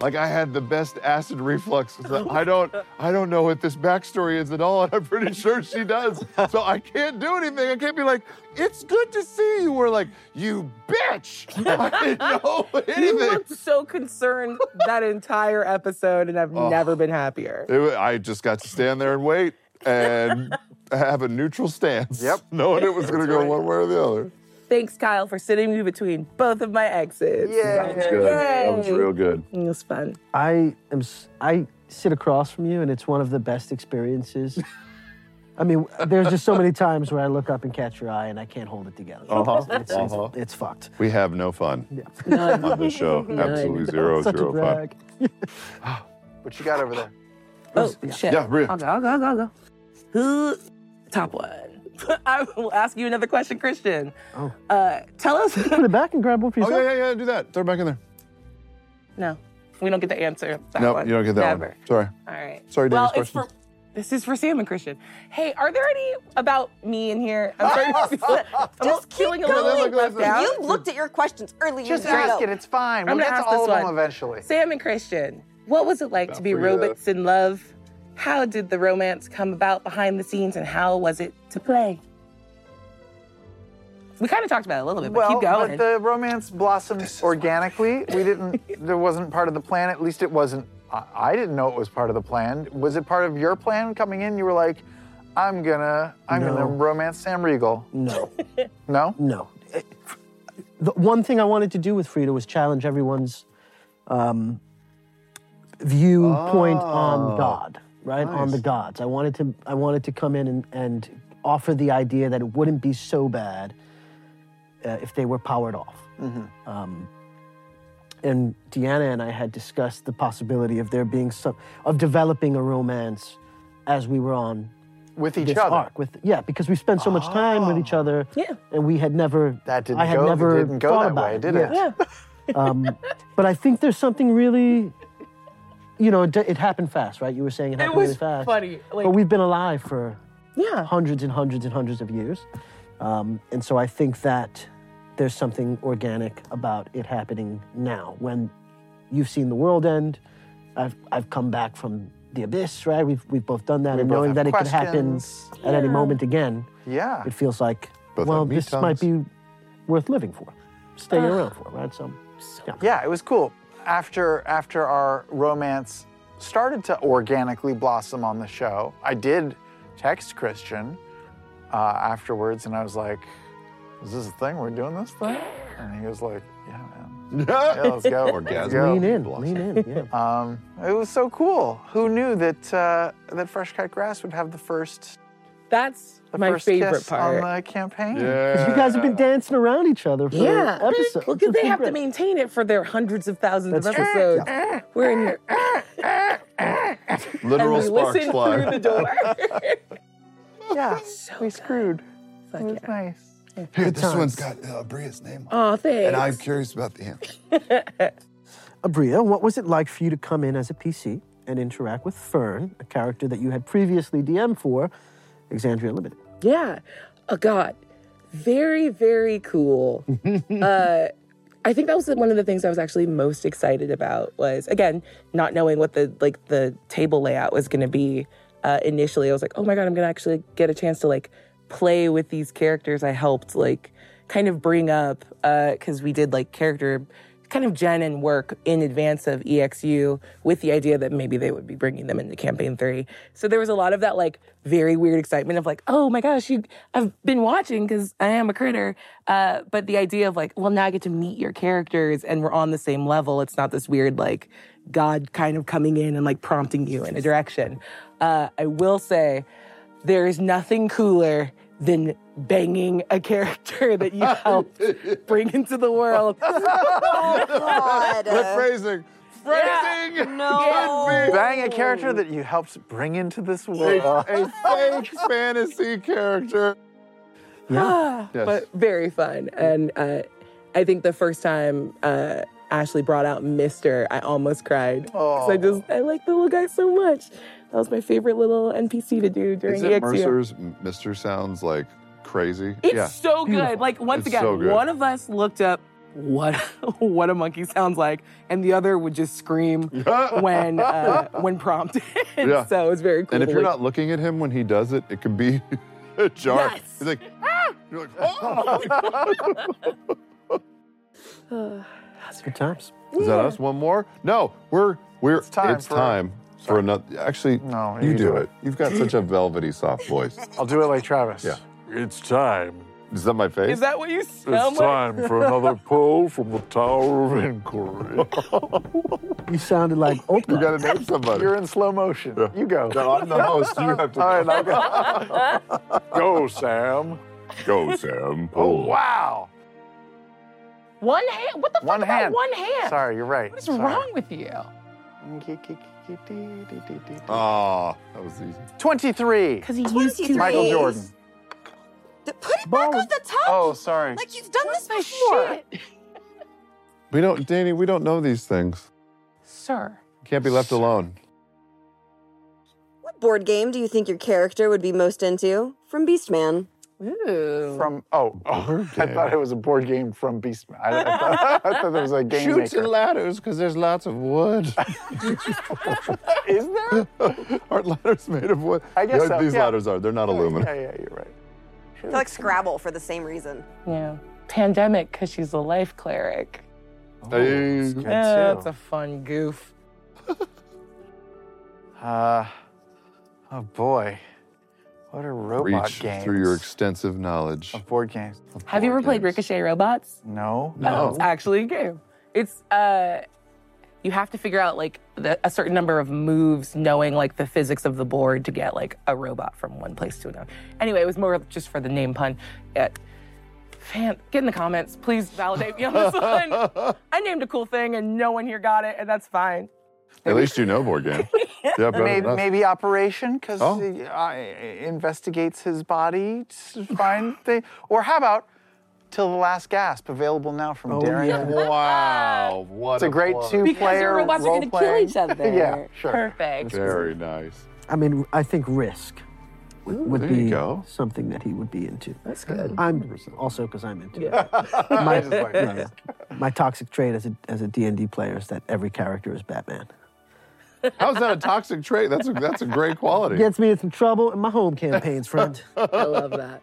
Like I had the best acid reflux. 'cause I I don't, I don't know what this backstory is at all, and I'm pretty sure she does. So I can't do anything. I can't be like, "It's good to see you." We're like, "You bitch!" (laughs) I didn't know
You
anything.
looked so concerned that entire episode, and I've never been happier.
It wa- I just got to stand there and wait and have a neutral stance.
Yep.
Knowing it was going to go one way or the other.
Thanks, Kyle, for sitting me between both of my exes.
Yeah.
It's good. That was
Yay.
real good.
It was fun.
I am. s- I sit across from you, and it's one of the best experiences I mean, there's just so many times where I look up and catch your eye and I can't hold it together.
Uh-huh,
It's,
uh-huh.
It's, it's fucked.
We have no fun
None.
on this
(laughs)
show. Absolutely zero,
Such a
zero fun.
drag.
What you got over there?
Oh, shit.
Yeah, Rhea.
I'll go, I'll go, I'll go, I'll go. Who? Top one. (laughs) I will ask you another question, Christian.
Oh.
Uh, tell us. (laughs)
Put it back and grab one for
Oh,
yourself.
yeah, yeah, yeah, do that. Throw it back in there.
no, we don't get to answer that
No,
one.
you don't get that
Never.
one. Sorry.
All right.
Sorry,
well,
Dana's
it's
question.
for, this is for Sam and Christian. Hey, are there any about me in here? I'm starting to feel it. (laughs) I'm
Just
feeling
keep
a little
going.
like left out.
You've looked at your questions earlier.
Just
you
ask
know.
it. It's fine.
I'm
We'll
gonna
get
ask
to all
this
of them
one.
eventually.
Sam and Christian, what was it like to be robots in love? How did the romance come about behind the scenes, and how was it to play? We kind of talked about it a little bit, but
well,
keep going.
but the romance blossomed organically. We didn't. There wasn't part of the plan. At least it wasn't. I, I didn't know it was part of the plan. Was it part of your plan coming in? You were like, I'm gonna, I'm
No.
gonna romance Sam Regal.
No,
No.
no. It- The one thing I wanted to do with Frida was challenge everyone's um, viewpoint on God, right? On the gods. I wanted to. I wanted to come in and, and offer the idea that it wouldn't be so bad uh, if they were powered off. Um, and Deanna and I had discussed the possibility of there being some of developing a romance as we were on
With each
this
other.
arc with yeah because we spent so much time with each other
Yeah.
and we had never
That didn't
I had
go.
never
didn't go
thought
that
about
way,
it
did
yeah. (laughs)
it?
um, but I think there's something really you know it, d- it happened fast right you were saying it happened really fast
funny. Like,
but we've been alive for
yeah.
hundreds and hundreds and hundreds of years um, and so I think that there's something organic about it happening now when you've seen the world end I've I've come back from the abyss right we've we've both done that
We
and
both
knowing
have
that it could happen
questions.
at any moment again
Yeah.
it feels like
Both
well
have meat
this might be worth living for staying around for right so
Yeah, it was cool. After after our romance started to organically blossom on the show, I did text Christian uh, afterwards, and I was like, "Is this a thing? We're doing this thing?" And he was like, "Yeah, man.
(laughs)
Yeah, let's go. (laughs) Let's
Orgasm.
go."
lean in
blossom.
lean in yeah
(laughs) Um, it was so cool. Who knew that uh, that fresh cut grass would have the first
That's
the
my
first
favorite
kiss
part.
on the campaign?
Yeah.
'Cause you guys have
Uh,
been dancing around each other for
yeah.
episodes
Well, 'cause
It's
they
been
have to
great.
maintain it for their hundreds of thousands
That's
of
true.
episodes. We're in here. and
Literal
we
sparks
listen through
fly.
the door.
Yeah,
So
we
good.
screwed.
Fuck
It was
yeah.
nice.
Here, this one's got uh, Bria's name on it.
Oh, thanks.
And I'm curious about the answer.
Abria, what was it like for you to come in as a PC and interact with Fern, a character that you had previously DM for Exandria Limited?
Yeah. Oh God. Very, very
(laughs)
cool. uh, I think that was one of the things I was actually most excited about was again, not knowing what the
(laughs)
like the table layout was gonna be. Uh, initially I was like, oh my god, I'm gonna actually get a chance to like play with these characters I helped like kind of bring up because we did like character kind of gen and work in advance of EXU with the idea that maybe they would be bringing them into campaign three. So there was a lot of that like very weird excitement of like, oh my gosh, you, I've been watching because I am a critter. Uh, but the idea of like, well, now I get to meet your characters and we're on the same level. It's not this weird like God kind of coming in and like prompting you in a direction. Uh, I will say, there is nothing cooler than banging a character that you helped bring into the world.
God.
Good phrasing. Phrasing!
No.
Could be
Bang a character that you helped bring into this world.
(laughs)
Uh,
a, a fake fantasy character.
Ah.
Yes.
but Uh, very fun. And uh, I think the first time uh, Ashley brought out Mister, I almost cried 'Cause I just I like the little guy so much. That was my favorite little NPC to do during
Is
EXU.
it Mercer's Mr. sounds like crazy?
It's
yeah.
so good. Like once
It's
again,
so good.
one of us looked up what (laughs) what a monkey sounds like, and the other would just
(laughs)
scream when uh, when prompted.
Yeah.
(laughs) So it was very cool.
And if
to
you're
look-
not looking at him when he does it, it can be (laughs) a jar.
Yes.
He's like, ah! You're like,
(laughs)
oh!
Good times.
Is that us? One more? No, we're we're it's
time
it's
for-
time for another. Actually,
No,
you, do it. You've got such a velvety soft voice.
I'll do it like Travis.
Yeah.
It's time
Is that my face?
Is that what you
It's
sound like?
time
(laughs)
for another pull from the Tower of Inquiry.
You sounded like
(laughs)
old
you gotta name somebody.
You're in slow motion. You go.
(laughs) No, I'm the host. You have to
All right, I'll go. go, Sam.
go, Sam.
Oh, wow.
One hand? What the fuck
One
about
hand.
one hand?
Sorry, you're right.
What is
Sorry.
wrong with you?
(laughs)
Oh, that was easy.
23.
Because he used
23.
to.
Michael Jordan.
D- Put it back
Bones.
on the top.
Oh, sorry.
Like you've done this
My
before.
shit.
We don't, Danny. We don't know these things.
Sir.
Can't be left alone.
What board game do you think your character would be most into? From Beastman.
Ooh.
From, oh, oh (laughs) I
game.
thought it was a board game from Beastman. I, I, thought, (laughs) I thought that was a game
Shoots and
maker.
ladders, because there's lots of wood.
Is there?
(laughs) Aren't ladders made of wood?
(laughs) I guess
Yeah,
so,
These
yeah.
ladders are. They're not
Yeah,
aluminum.
yeah, you're right.
I feel like Scrabble for the same reason.
Yeah. Pandemic because she's a life cleric.
Hey.
Me
Yeah, that's
too.
a fun goof.
Uh, oh boy, what are robot
Reach
games?
through your extensive knowledge.
of board games.
Have you ever played Ricochet Robots?
No.
Oh, it's actually a game. It's uh, you have to figure out like the, a certain number of moves, knowing like the physics of the board to get like a robot from one place to another. Anyway, it was more just for the name pun. Uh, fan, get in the comments, please validate me on this one. I named a cool thing and no one here got it, and that's fine.
At least you know board
(laughs)
games. yeah, better
Maybe,
than us.
maybe Operation, because
Oh.
investigates his body to
(sighs)
find the. Or how about Till the Last Gasp, available now from Darren.
Wow, what
It's a great
plug.
two
Oh, Because
player
your robots are
role
going to kill
playing.
each other.
(laughs) yeah, sure.
Perfect.
Very nice.
I mean, I think risk would, would
there you
be
go.
something that he would be into.
That's good.
I'm also because I'm into it.
(laughs)
My, yeah, my toxic trait as a as a D and D player is that every character is Batman.
How's that a toxic trait? That's a, that's a great quality.
Gets me into trouble in my home campaigns, friend.
I love that.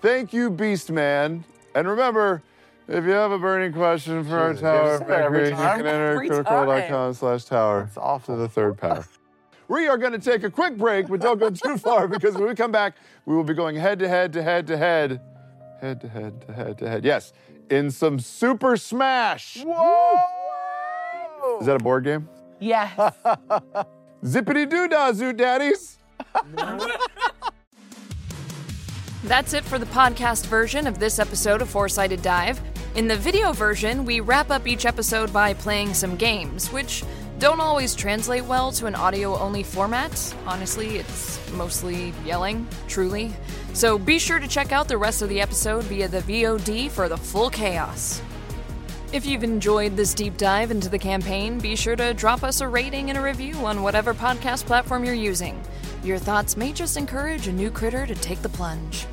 Thank you, Beast Man. And remember, if you have a burning question for our
Jesus,
Tower
you
of
said that every
Inquiry, you
time.
can enter
Every
critical.com
time.
slash tower.
That's awful.
To the third power. we are going to take a quick break, but don't go too far (laughs) because when we come back, we will be going head to head to head to head. Head to head to head to head. Yes, in some Super Smash.
Oh,
Whoa!
Is that a board game?
Yes.
Zippity doo dah, zoo daddies.
That's it for the podcast version of this episode of Foresighted Dive. In the video version, we wrap up each episode by playing some games, which don't always translate well to an audio only format. Honestly, it's mostly yelling, truly. So be sure to check out the rest of the episode via the VOD for the full chaos. If you've enjoyed this deep dive into the campaign, be sure to drop us a rating and a review on whatever podcast platform you're using. Your thoughts may just encourage a new critter to take the plunge.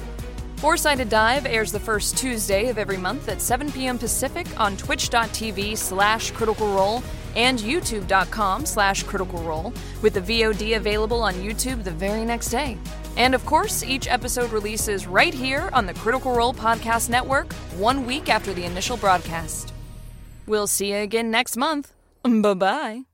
Foresighted Dive airs the first Tuesday of every month at 7 p.m. Pacific on twitch.tv slash critical role and youtube.com slash critical role, with the VOD available on YouTube the very next day. And of course, each episode releases right here on the Critical Role Podcast Network one week after the initial broadcast. We'll see you again next month. Bye bye.